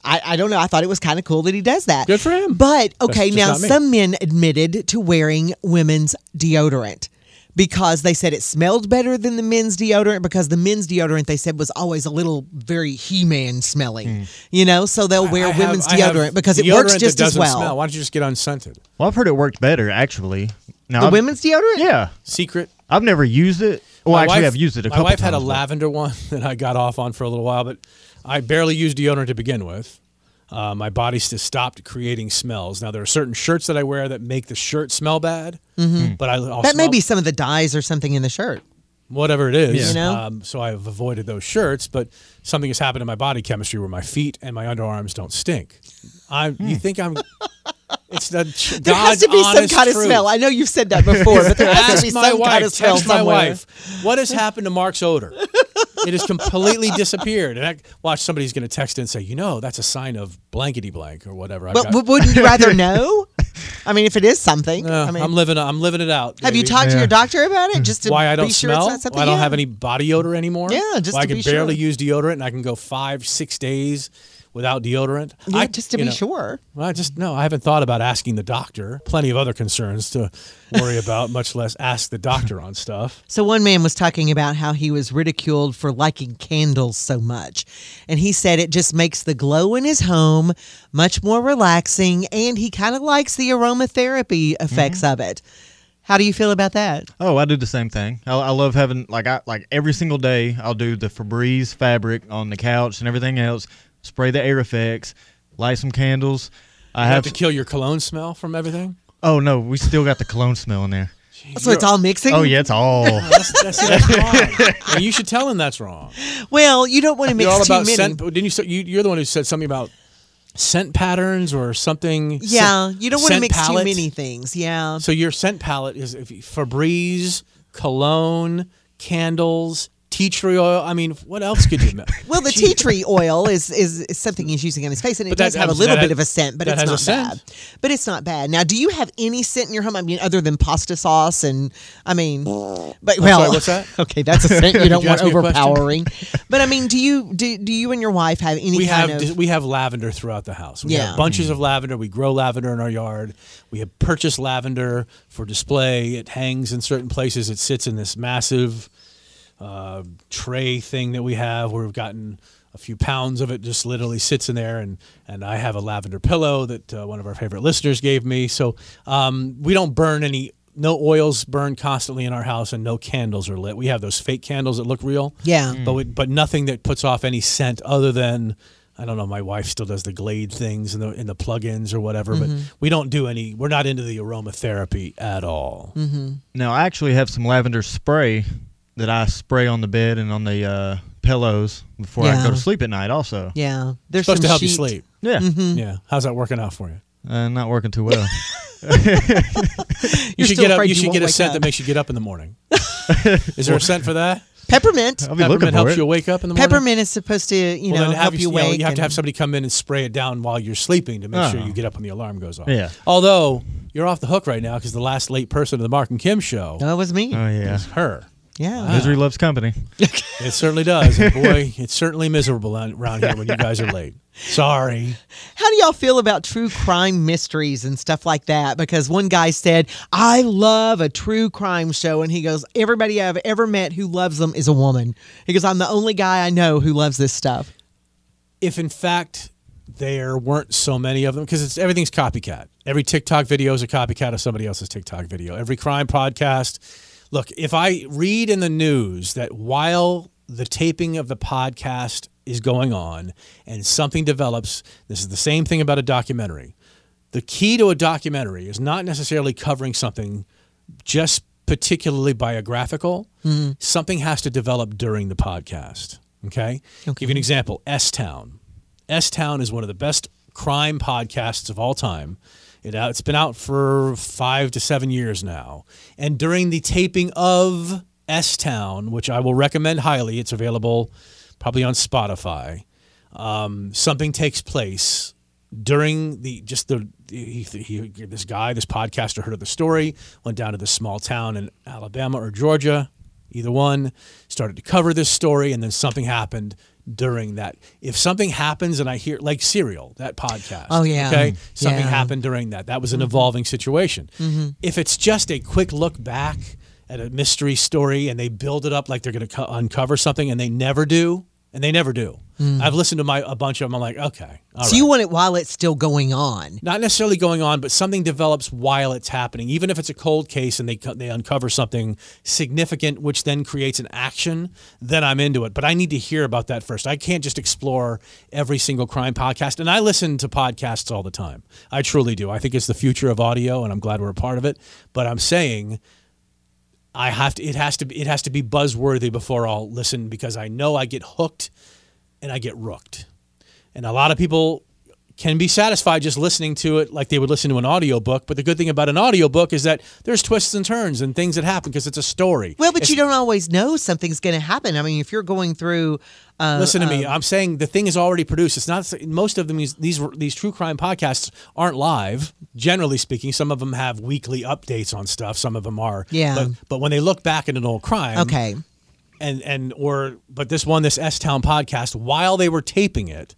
Speaker 5: I, I don't know. I thought it was kind of cool that he does that. Good
Speaker 4: for him.
Speaker 5: But, okay,
Speaker 4: just
Speaker 5: now
Speaker 4: not me.
Speaker 5: some men admitted to wearing women's deodorant. Because they said it smelled better than the men's deodorant, because the men's deodorant they said was always a little very He Man smelling, you know? So they'll wear
Speaker 4: Hmm. I have-
Speaker 5: women's
Speaker 4: I have
Speaker 5: deodorant because it works
Speaker 4: deodorant
Speaker 5: just
Speaker 4: that
Speaker 5: as
Speaker 4: doesn't
Speaker 5: well.
Speaker 4: Smell. Why don't you just get unscented?
Speaker 6: Well, I've heard it worked better actually. Now
Speaker 5: The
Speaker 6: I've-
Speaker 5: women's deodorant?
Speaker 6: Yeah.
Speaker 4: Secret.
Speaker 6: I've never used it. Well,
Speaker 4: My
Speaker 6: actually,
Speaker 4: wife-
Speaker 6: I've used it a
Speaker 4: my
Speaker 6: couple
Speaker 4: wife
Speaker 6: times.
Speaker 4: had a
Speaker 6: but-
Speaker 4: lavender one that I got off on for a little while, but I barely used deodorant to begin with. Uh, my body just stopped creating smells. Now there are certain shirts that I wear that make the shirt smell bad,
Speaker 5: Mhm.
Speaker 4: but I I'll
Speaker 5: that may
Speaker 4: smell-
Speaker 5: be some of the dyes or something in the shirt.
Speaker 4: whatever it is.
Speaker 5: Yeah. You know?
Speaker 4: um, so I've avoided those shirts, but something has happened to my body chemistry where my feet and my underarms don't stink. I you think I'm? It's the
Speaker 5: Hmm. There has to be some kind of smell. I know you've said that before, but there
Speaker 4: Ask
Speaker 5: has to be
Speaker 4: my
Speaker 5: some
Speaker 4: wife,
Speaker 5: kind of smell
Speaker 4: text my
Speaker 5: somewhere.
Speaker 4: wife. What has happened to Mark's odor? It has completely disappeared. And I watch somebody's going to text in and say, you know, that's a sign of blankety blank or whatever. I've
Speaker 5: But
Speaker 4: got-
Speaker 5: w- wouldn't you rather know? I mean, if it is something.
Speaker 4: Uh,
Speaker 5: I mean,
Speaker 4: I'm living. I'm living it out.
Speaker 5: have you
Speaker 4: baby.
Speaker 5: talked to your doctor about it just to
Speaker 4: why I don't
Speaker 5: be sure
Speaker 4: smell?
Speaker 5: it's not something?
Speaker 4: why I don't
Speaker 5: yeah.
Speaker 4: have any body odor anymore.
Speaker 5: Yeah, just
Speaker 4: Why I
Speaker 5: to
Speaker 4: can
Speaker 5: be
Speaker 4: barely
Speaker 5: sure.
Speaker 4: use deodorant, and I can go five, six days without deodorant.
Speaker 5: Yeah,
Speaker 4: I,
Speaker 5: just to
Speaker 4: you
Speaker 5: be
Speaker 4: know,
Speaker 5: sure.
Speaker 4: Well, I just no. I haven't thought about asking the doctor. Plenty of other concerns to worry about, much less ask the doctor on stuff.
Speaker 5: So one man was talking about how he was ridiculed for liking candles so much. And he said it just makes the glow in his home much more relaxing and he kind of likes the aromatherapy effects
Speaker 4: Mm-hmm.
Speaker 5: of it. How do you feel about that?
Speaker 6: Oh, I do the same thing. I, I love having like I like every single day. I'll do the Febreze fabric on the couch and everything else. Spray the air effects, light some candles. I
Speaker 4: You
Speaker 6: have
Speaker 4: have to kill your cologne smell from everything.
Speaker 6: Oh no, we still got the cologne smell in there.
Speaker 5: So it's all mixing?
Speaker 6: Oh yeah, it's all.
Speaker 4: And you should tell him that's wrong.
Speaker 5: Well, you don't want to mix
Speaker 4: you're all
Speaker 5: too
Speaker 4: about
Speaker 5: many.
Speaker 4: scent. Didn't you, say- you? You're the one who said something about scent patterns or something.
Speaker 5: yeah,
Speaker 4: scent-
Speaker 5: you don't want to
Speaker 4: scent
Speaker 5: mix
Speaker 4: palette.
Speaker 5: too many things. Yeah.
Speaker 4: So your scent palette is if you- Febreze, cologne, candles, tea tree oil. I mean, what else could you? mix?
Speaker 5: Well, the tea tree oil is, is, is something he's using on his face, and it
Speaker 4: But that
Speaker 5: does have a
Speaker 4: has-
Speaker 5: little
Speaker 4: that
Speaker 5: bit
Speaker 4: has-
Speaker 5: of a scent, but
Speaker 4: that
Speaker 5: it's
Speaker 4: has a
Speaker 5: not bad.
Speaker 4: scent.
Speaker 5: But it's not bad. Now, do you have any scent in your home? I mean, other than pasta sauce and I mean, but
Speaker 4: I'm
Speaker 5: well,
Speaker 4: sorry, what's that?
Speaker 5: Okay, that's a scent you
Speaker 4: Did
Speaker 5: don't
Speaker 4: you
Speaker 5: want
Speaker 4: ask me a question?
Speaker 5: overpowering. but I mean, do you do, do you and your wife have any
Speaker 4: we
Speaker 5: kind
Speaker 4: have
Speaker 5: of?
Speaker 4: we have lavender throughout the house. We
Speaker 5: Yeah.
Speaker 4: have bunches of lavender. We grow lavender in our yard. We have purchased lavender for display. It hangs in certain places. It sits in this massive uh, tray thing that we have where we've gotten a few pounds of it just literally sits in there and and I have a lavender pillow that uh, one of our favorite listeners gave me so um, we don't burn any no oils burn constantly in our house and no candles are lit we have those fake candles that look real
Speaker 5: Yeah.
Speaker 4: but we, but nothing that puts off any scent other than I don't know. My wife still does the Glade things and the and the plugins or whatever,
Speaker 6: Mhm.
Speaker 5: Mm-hmm.
Speaker 4: but we don't do any. We're not into the aromatherapy at all.
Speaker 5: Mm-hmm.
Speaker 6: No, I actually have some lavender spray that I spray on the bed and on the uh, pillows before I
Speaker 5: Yeah.
Speaker 6: go to sleep at night. Also,
Speaker 5: Yeah,
Speaker 4: They're
Speaker 5: there's
Speaker 4: supposed to
Speaker 5: some
Speaker 4: help you
Speaker 5: sheet. Hmm.
Speaker 4: sleep.
Speaker 6: Yeah. Mhm.
Speaker 4: yeah. How's that working out for you?
Speaker 6: uh, not working too well.
Speaker 4: You
Speaker 5: You're
Speaker 4: should
Speaker 5: still
Speaker 4: get up.
Speaker 5: afraid
Speaker 4: You
Speaker 5: you
Speaker 4: should
Speaker 5: won't
Speaker 4: get a
Speaker 5: wake
Speaker 4: scent
Speaker 5: up.
Speaker 4: that makes you get up in the morning. Is there a scent for that?
Speaker 5: Peppermint.
Speaker 4: I'll be looking Peppermint for helps it. you wake up in the morning?
Speaker 5: Peppermint is supposed to, you
Speaker 4: Well,
Speaker 5: know,
Speaker 4: then have
Speaker 5: help you
Speaker 4: know,
Speaker 5: wake.
Speaker 4: you have to have
Speaker 5: and-
Speaker 4: somebody come in and spray it down while you're sleeping to make sure
Speaker 6: Oh.
Speaker 4: you get up when the alarm goes off.
Speaker 6: Yeah.
Speaker 4: Although you're off the hook right now because the last late person of the Mark and Kim show.
Speaker 5: That was me.
Speaker 6: Oh yeah,
Speaker 4: was her.
Speaker 5: Yeah.
Speaker 4: Wow.
Speaker 6: misery loves company.
Speaker 4: It certainly does. And boy, it's certainly miserable on- around here when you guys are late. Sorry.
Speaker 5: How do y'all feel about true crime mysteries and stuff like that? Because one guy said, I love a true crime show. And he goes, Everybody I've ever met who loves them is a woman. He goes, I'm the only guy I know who loves this stuff.
Speaker 4: If in fact there weren't so many of them, because it's everything's copycat. Every TikTok video is a copycat of somebody else's TikTok video. Every crime podcast. Look, if I read in the news that while the taping of the podcast is going on and something develops, this is the same thing about a documentary. the key to a documentary is not necessarily covering something just particularly biographical. Something has to develop during the podcast. Okay? Give you an example S Town. S Town is one of the best crime podcasts of all time. It, out- it's been out for five to seven years now. And during the taping of S Town, which I will recommend highly, it's available probably on Spotify um, something takes place during the just the he, he, this guy this podcaster heard of the story went down to this small town in alabama or georgia either one started to cover this story and then something happened during that if something happens and i hear like serial that podcast
Speaker 5: Oh, yeah.
Speaker 4: okay something
Speaker 5: Yeah.
Speaker 4: happened during that that was an evolving situation
Speaker 5: Mhm.
Speaker 4: if it's just a quick look back at a mystery story and they build it up like they're going to co- uncover something and they never do and they never do
Speaker 5: Mm.
Speaker 4: i've listened to my a bunch of them i'm like okay all
Speaker 5: so
Speaker 4: right.
Speaker 5: you want it while it's still going on.
Speaker 4: not necessarily going on but something develops while it's happening even if it's a cold case and they co- they uncover something significant which then creates an action then i'm into it but i need to hear about that first i can't just explore every single crime podcast and i listen to podcasts all the time i truly do i think it's the future of audio and i'm glad we're a part of it but i'm saying I have to. It has to. be It has to be buzzworthy before I'll listen because I know I get hooked, and I get rooked, and a lot of people can be satisfied just listening to it like they would listen to an audiobook. But the good thing about an audiobook is that there's twists and turns and things that happen because it's a story.
Speaker 5: Well, but
Speaker 4: It's-
Speaker 5: you don't always know something's going to happen. I mean, if you're going through. Uh,
Speaker 4: Listen to me.
Speaker 5: uh,
Speaker 4: I'm saying the thing is already produced. It's not most of them. These these, these true crime podcasts aren't live. Generally speaking, some of them have weekly updates on stuff. Some of them are.
Speaker 5: Yeah.
Speaker 4: But, but when they look back at an old crime,
Speaker 5: Okay.
Speaker 4: and and or but this one, this S Town podcast, while they were taping it,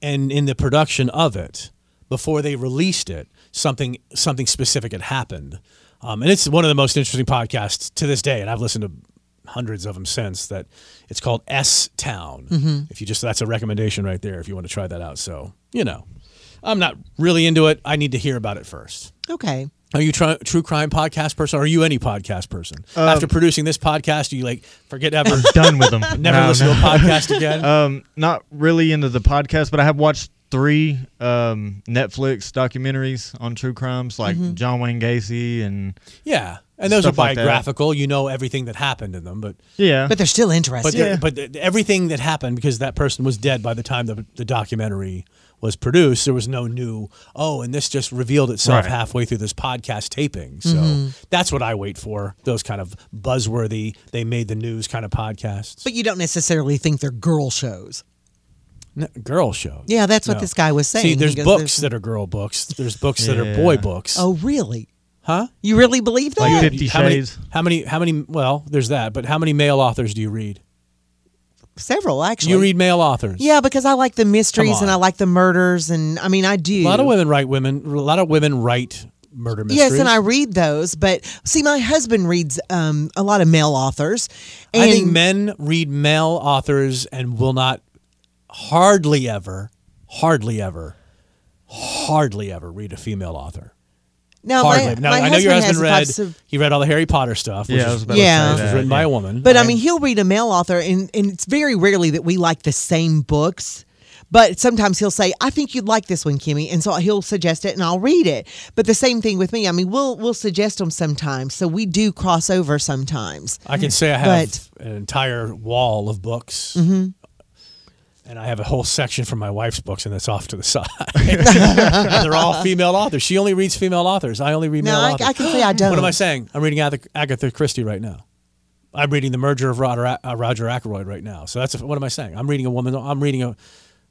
Speaker 4: and in the production of it, before they released it, something something specific had happened, um, and it's one of the most interesting podcasts to this day. And I've listened to hundreds of them since. That it's called S Town.
Speaker 11: Mhm.
Speaker 4: If you just that's a recommendation right there. If you want to try that out, so you know, I'm not really into it. I need to hear about it first.
Speaker 5: Okay.
Speaker 4: Are you tr- true crime podcast person? Or are you any podcast person?
Speaker 6: Um,
Speaker 4: After producing this podcast, you like forget ever
Speaker 6: done with them.
Speaker 4: Never
Speaker 6: No, Uh,
Speaker 4: listen
Speaker 6: no.
Speaker 4: to a podcast again.
Speaker 6: um, not really into the podcast, but I have watched three um, Netflix documentaries on true crimes, like
Speaker 4: Mhm.
Speaker 6: John Wayne Gacy and
Speaker 4: Yeah, and those are
Speaker 6: stuff like that.
Speaker 4: biographical. you know everything that happened in them, but
Speaker 6: Yeah. But
Speaker 5: they're still
Speaker 4: But,
Speaker 5: interesting.
Speaker 4: they're-
Speaker 5: Yeah.
Speaker 4: but th- everything that happened because that person was dead by the time the, the documentary was produced. There was no new. Oh, and this just revealed itself
Speaker 13: Right.
Speaker 4: halfway through this podcast taping. So
Speaker 5: Mhm.
Speaker 4: that's what I wait for. Those kind of buzzworthy, they made the news kind of podcasts.
Speaker 5: But you don't necessarily think they're girl shows.
Speaker 4: N- girl shows.
Speaker 5: Yeah, that's what
Speaker 4: No.
Speaker 5: this guy was saying.
Speaker 4: See,
Speaker 5: He
Speaker 4: there's
Speaker 5: goes,
Speaker 4: books that are girl books. There's books that are
Speaker 5: Yeah.
Speaker 4: boy books.
Speaker 5: Oh, really?
Speaker 4: Huh?
Speaker 5: You really believe that?
Speaker 4: how many- how many? How many? Well, there's that. But how many male authors do you read?
Speaker 5: Several, actually.
Speaker 4: You read male authors.
Speaker 5: Yeah, because I like the mysteries
Speaker 4: on.
Speaker 5: and I like the murders, and I mean, I do.
Speaker 4: A lot of women write women. A lot of women write murder mysteries.
Speaker 5: Yes, and I read those, but see, my husband reads um, a lot of male authors. And
Speaker 4: I think men read male authors and will not hardly ever, hardly ever, hardly ever read a female author.
Speaker 5: Now, my-
Speaker 4: hardly. now
Speaker 5: my
Speaker 4: I know your
Speaker 5: husband
Speaker 4: husband
Speaker 5: has a
Speaker 4: read.
Speaker 5: obs-
Speaker 4: he read all the Harry Potter stuff, which
Speaker 6: Yeah, I
Speaker 4: is-
Speaker 6: was
Speaker 4: which was,
Speaker 6: about
Speaker 5: to Yeah. say that,
Speaker 4: written by a woman.
Speaker 5: But I mean, he'll read a male author, and, and it's very rarely that we like the same books. But sometimes he'll say, "I think you'd like this one, Kimmy," and so he'll suggest it, and I'll read it. But the same thing with me. I mean, we'll we'll suggest them sometimes, so we do cross over sometimes.
Speaker 4: I can say I have an entire wall of books.
Speaker 5: Mhm.
Speaker 4: And I have a whole section for my wife's books, and that's off to the side. And they're all female authors. She only reads female authors. I only read
Speaker 5: No,
Speaker 4: male
Speaker 5: I-
Speaker 4: authors.
Speaker 5: I can say I
Speaker 4: What am I
Speaker 5: don't.
Speaker 4: saying? I'm reading Agatha, Agatha Christie right now. I'm reading The Merger of Roger, uh, Roger Ackroyd right now. So that's what am I saying? I'm reading a woman. I'm reading a.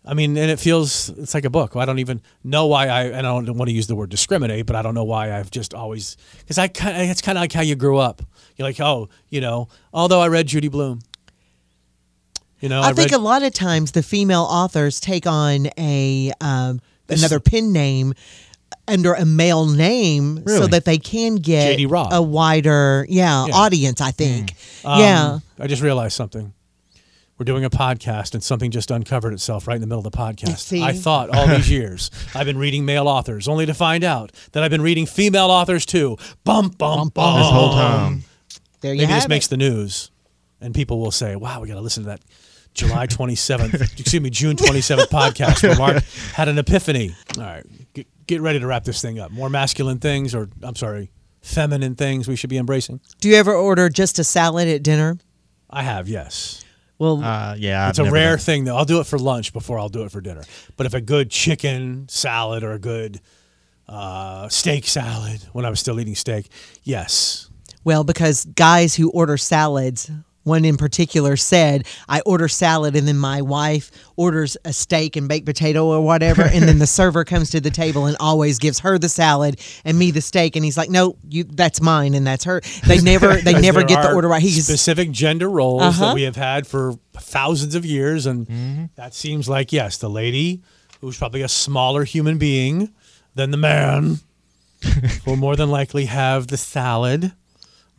Speaker 4: I mean, and it feels it's like a book. I don't even know why I and I don't want to use the word discriminate, but I don't know why I've just always because I kind of, it's kind of like how you grew up. You're like, oh, you know, although I read Judy Bloom, you know,
Speaker 5: I, think
Speaker 4: Oh, read,
Speaker 5: a lot of times the female authors take on a um,
Speaker 4: This-
Speaker 5: another pen name under a male name so
Speaker 4: Really?
Speaker 5: that they can get
Speaker 4: J.D. Robb.
Speaker 5: a wider yeah,
Speaker 4: Yeah.
Speaker 5: audience. I think
Speaker 4: Um,
Speaker 5: yeah.
Speaker 4: I just realized something. We're doing a podcast and something just uncovered itself right in the middle of the podcast.
Speaker 5: See?
Speaker 4: I thought all these years I've been reading male authors, only to find out that I've been reading female authors too. Bum bum bum.
Speaker 6: This whole time.
Speaker 5: There you
Speaker 4: Maybe this
Speaker 5: have
Speaker 4: makes the news, and people will say, "Wow, we got to listen to that July 27th, excuse me, June 27th podcast where Mark had an epiphany." All right, get, get ready to wrap this thing up. More masculine things, or I'm sorry, feminine things we should be embracing.
Speaker 5: Do you ever order just a salad at dinner?
Speaker 4: I have, yes.
Speaker 5: Well,
Speaker 6: Uh, yeah,
Speaker 4: it's a
Speaker 6: I've never
Speaker 4: rare
Speaker 6: done-
Speaker 4: thing though. I'll do it for lunch before I'll do it for dinner. But if a good chicken salad or a good uh, steak salad, when I was still eating steak, yes,
Speaker 5: Well, because guys who order salads, one in particular said, I order salad and then my wife orders a steak and baked potato or whatever. and then the server comes to the table and always gives her the salad and me the steak. And he's like, no, you, that's mine. And that's her. They never, they
Speaker 4: Because
Speaker 5: never
Speaker 4: there
Speaker 5: get the
Speaker 4: are
Speaker 5: order right. He's
Speaker 4: specific gender roles
Speaker 5: Uh-huh.
Speaker 4: that we have had for thousands of years, and
Speaker 6: Mm-hmm.
Speaker 4: that seems like yes, the lady who's probably a smaller human being than the man will more than likely have the salad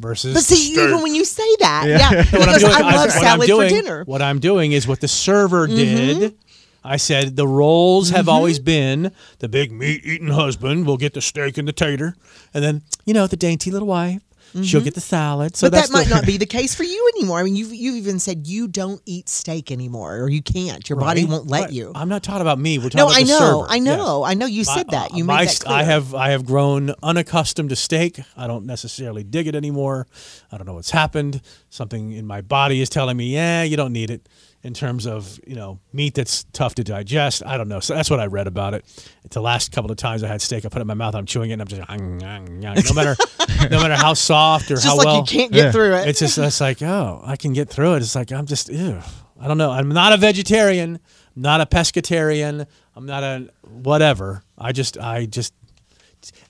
Speaker 4: versus.
Speaker 5: but see,
Speaker 4: the
Speaker 5: even when you say that,
Speaker 4: Yeah.
Speaker 5: yeah,
Speaker 4: What I'm
Speaker 5: because
Speaker 4: doing-
Speaker 5: I
Speaker 4: I-
Speaker 5: love
Speaker 4: what I'm
Speaker 5: salad
Speaker 4: doing-
Speaker 5: for dinner. Mm-hmm.
Speaker 4: What I'm doing is what the server did. I said the roles have always been the big meat eating husband will get the steak and the tater, and then you know the dainty little wife. She'll
Speaker 5: Mhm.
Speaker 4: get the salad. So
Speaker 5: but that
Speaker 4: that's
Speaker 5: might
Speaker 4: the-
Speaker 5: not be the case for you anymore. I mean, you've, you've even said you don't eat steak anymore, or you can't. Your body
Speaker 4: Right.
Speaker 5: won't let
Speaker 4: Right.
Speaker 5: you.
Speaker 4: I'm not talking about me. We're talking
Speaker 5: No,
Speaker 4: about
Speaker 5: I
Speaker 4: the
Speaker 5: know,
Speaker 4: server.
Speaker 5: I know, I know. You
Speaker 4: My- uh,
Speaker 5: said that. You
Speaker 4: my,
Speaker 5: made that
Speaker 4: st-
Speaker 5: clear.
Speaker 4: I have I have grown unaccustomed to steak. I don't necessarily dig it anymore. I don't know what's happened. Something in my body is telling me, yeah, you don't need it. In terms of you know meat that's tough to digest, I don't know. So that's what I read about it. The last couple of times I had steak, I put it in my mouth, I'm chewing it, and I'm just no matter no matter how soft or
Speaker 5: It's
Speaker 4: how
Speaker 5: just like you
Speaker 4: well
Speaker 5: can't get Yeah. through it.
Speaker 4: It's just it's like oh, I can get through it. It's like I'm just ew. I don't know. I'm not a vegetarian. I'm not a pescatarian. I'm not a whatever. I just I just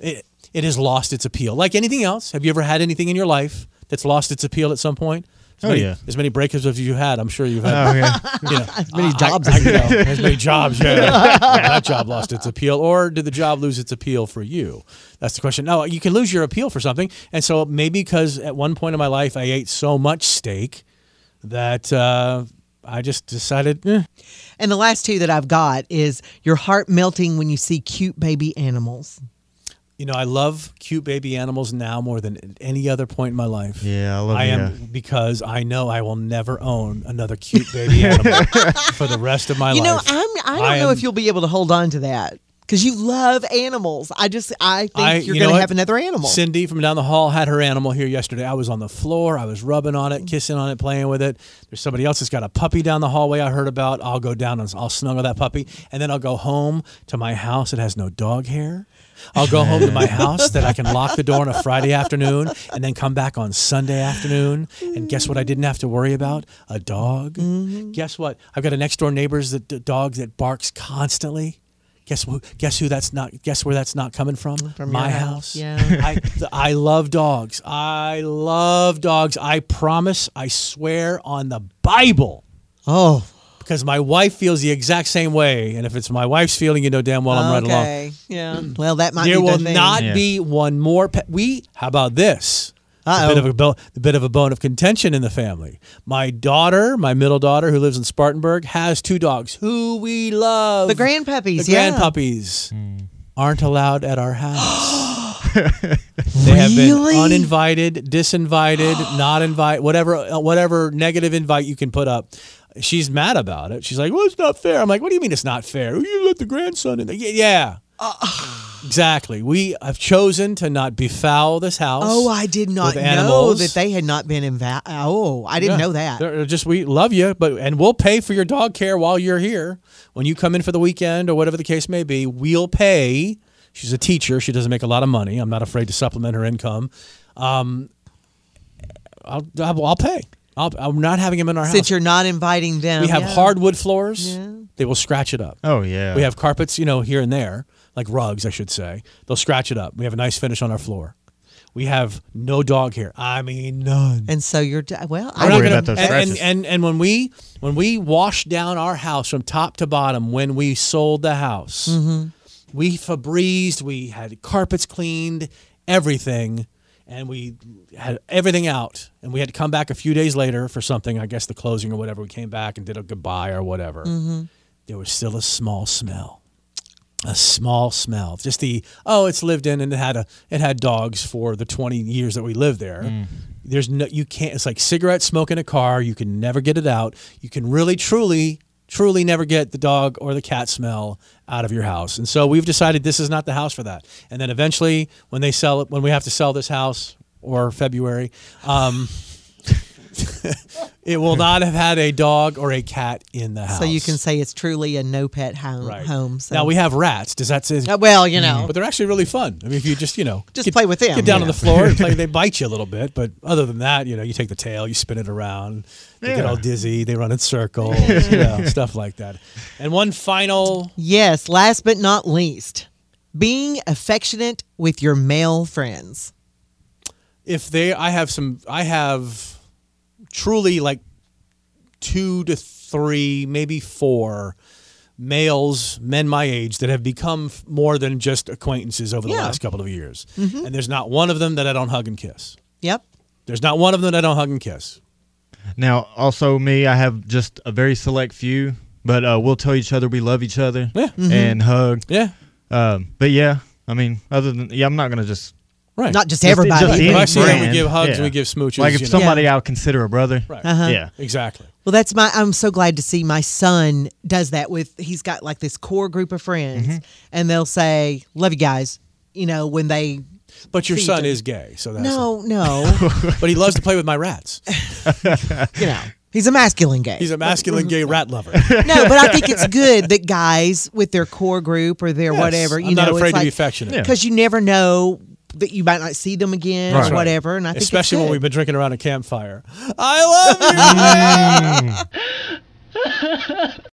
Speaker 4: it, it has lost its appeal. Like anything else, have you ever had anything in your life that's lost its appeal at some point? As
Speaker 6: Oh,
Speaker 4: many,
Speaker 6: yeah.
Speaker 4: As many breakups as you had, I'm sure you've had.
Speaker 6: Oh, yeah.
Speaker 4: you know,
Speaker 5: As many
Speaker 4: I-
Speaker 5: jobs
Speaker 4: I-
Speaker 5: as
Speaker 4: I
Speaker 5: you
Speaker 4: know,
Speaker 5: had.
Speaker 4: as many jobs. Yeah. Yeah, that job lost its appeal, or did the job lose its appeal for you? That's the question. No, you can lose your appeal for something, and so maybe because at one point in my life I ate so much steak that uh, I just decided. eh,
Speaker 5: And the last two that I've got is your heart melting when you see cute baby animals.
Speaker 4: You know, I love cute baby animals now more than at any other point in my life.
Speaker 6: Yeah, I love
Speaker 4: I
Speaker 6: you.
Speaker 4: am because I know I will never own another cute baby animal for the rest of my
Speaker 5: you know,
Speaker 4: life.
Speaker 5: I'm, I don't know if you'll be able to hold on to that because you love animals. I just, I think you're
Speaker 4: you know
Speaker 5: going to
Speaker 4: what?
Speaker 5: have another animal.
Speaker 4: Cindy from down the hall had her animal here yesterday. I was on the floor. I was rubbing on it, kissing on it, playing with it. There's somebody else that's got a puppy down the hallway I heard about. I'll go down and I'll snuggle that puppy. And then I'll go home to my house that has no dog hair. I'll go home to my house that I can lock the door on a Friday afternoon and then come back on Sunday afternoon. And guess what? I didn't have to worry about a dog. Guess what? I've got a next door neighbor's that d- dog that barks constantly. Guess who? Guess who? That's not. Guess where that's not coming from?
Speaker 5: From
Speaker 4: my
Speaker 5: your
Speaker 4: house.
Speaker 5: house, yeah.
Speaker 4: I th- I love dogs. I love dogs. I promise. I swear on the Bible.
Speaker 5: Oh.
Speaker 4: Because my wife feels the exact same way, and if it's my wife's feeling, you know damn well I'm right along
Speaker 5: okay. Yeah. Well, that might
Speaker 4: there
Speaker 5: be
Speaker 4: will
Speaker 5: the thing.
Speaker 4: not be one more pet. We how about this? A
Speaker 5: Uh-oh.
Speaker 4: bit of a bo- a bit of a bone of contention in the family. My daughter, my middle daughter, who lives in Spartanburg, has two dogs who we love.
Speaker 5: The grand puppies,
Speaker 4: The
Speaker 5: yeah.
Speaker 4: grand puppies aren't allowed at our house. they have been uninvited, disinvited, not invite, whatever, uh, whatever negative invite you can put up. She's mad about it. She's like, "Well, it's not fair." I'm like, "What do you mean it's not fair? You let the grandson in there." Yeah, yeah.
Speaker 5: Uh,
Speaker 4: exactly. We have chosen to not befoul this house.
Speaker 5: Oh, I did not
Speaker 4: with
Speaker 5: know
Speaker 4: animals.
Speaker 5: that they had not been invited. Oh, I didn't
Speaker 4: Yeah.
Speaker 5: know that.
Speaker 4: They're just we love you, but and we'll pay for your dog care while you're here. When you come in for the weekend or whatever the case may be, we'll pay. She's a teacher. She doesn't make a lot of money. I'm not afraid to supplement her income. Um, I'll, I'll I'll pay. I'll, I'm not having him in our house.
Speaker 5: Since you're not inviting them,
Speaker 4: we have
Speaker 5: yeah.
Speaker 4: hardwood floors. They will scratch it up.
Speaker 6: Oh yeah.
Speaker 4: We have carpets, you know, here and there, like rugs, I should say. They'll scratch it up. We have a nice finish on our floor. We have no dog here. I mean, none.
Speaker 5: And so you're d- well.
Speaker 4: We're not
Speaker 5: didn't-
Speaker 4: gonna- and, and, and and when we when we washed down our house from top to bottom when we sold the house,
Speaker 5: Mhm.
Speaker 4: we Febrezed, we had carpets cleaned, everything, and we had everything out. And we had to come back a few days later for something, I guess the closing or whatever. We came back and did a goodbye or whatever.
Speaker 5: Mhm.
Speaker 4: There was still a small smell. A small smell. Just the oh, it's lived in and it had a it had dogs for the twenty years that we lived there. There's no you can't it's like cigarette smoke in a car, you can never get it out. You can really truly truly never get the dog or the cat smell out of your house. And so we've decided this is not the house for that. And then eventually when they sell it when we have to sell this house or February, um it will not have had a dog or a cat in the house.
Speaker 5: So you can say it's truly a no pet home. home so. Uh,
Speaker 4: Now we have rats. Does that say?
Speaker 5: well, you know.
Speaker 4: but they're actually really fun. I mean, if you just you know
Speaker 5: Just play with them,
Speaker 4: get down
Speaker 5: you
Speaker 4: on the
Speaker 5: know.
Speaker 4: floor and play. They bite you a little bit, but other than that, you know, you take the tail, you spin it around, they get
Speaker 5: Yeah.
Speaker 4: all dizzy, they run in circles, you know, stuff like that. And one final.
Speaker 5: Yes, last but not least, being affectionate with your male friends.
Speaker 4: if they i have some i have truly like two to three maybe four males men my age that have become f- more than just acquaintances over the
Speaker 5: Yeah.
Speaker 4: last couple of years
Speaker 5: Mhm.
Speaker 4: and there's not one of them that i don't hug and kiss
Speaker 5: Yep.
Speaker 4: there's not one of them that i don't hug and kiss
Speaker 6: Now, also me, I have just a very select few, but uh, we'll tell each other we love each other.
Speaker 4: Yeah. Mhm.
Speaker 6: And hug.
Speaker 4: Yeah.
Speaker 6: Um, but yeah, I mean, other than yeah, I'm not gonna just
Speaker 4: Right. Not just
Speaker 5: everybody.
Speaker 6: any
Speaker 4: Right, so then we
Speaker 6: friend.
Speaker 4: give hugs and we give smooches,
Speaker 6: Like if
Speaker 4: you know.
Speaker 6: somebody
Speaker 4: Yeah.
Speaker 6: I'll consider a brother.
Speaker 4: Right.
Speaker 5: Uh-huh.
Speaker 6: Yeah.
Speaker 4: exactly
Speaker 5: Well, that's my. I'm so glad to see my son does that with. He's got like this core group of friends,
Speaker 4: Mm-hmm.
Speaker 5: and they'll say, "Love you guys," you know, when they.
Speaker 4: but your
Speaker 5: see each
Speaker 4: son
Speaker 5: other.
Speaker 4: is gay so that's
Speaker 5: No, no.
Speaker 4: but he loves to play with my rats
Speaker 5: you know, he's a masculine gay.
Speaker 4: he's a masculine gay rat lover
Speaker 5: no, but I think it's good that guys with their core group or their
Speaker 4: Yes,
Speaker 5: whatever,
Speaker 4: I'm
Speaker 5: you
Speaker 4: not
Speaker 5: know,
Speaker 4: afraid
Speaker 5: it's
Speaker 4: to be
Speaker 5: like,
Speaker 4: affectionate. Yeah.
Speaker 5: because you never know that you might not see them again
Speaker 4: That's
Speaker 5: or
Speaker 4: right.
Speaker 5: whatever. And I think
Speaker 4: especially
Speaker 5: it's
Speaker 4: when
Speaker 5: good.
Speaker 4: we've been drinking around a campfire I love you.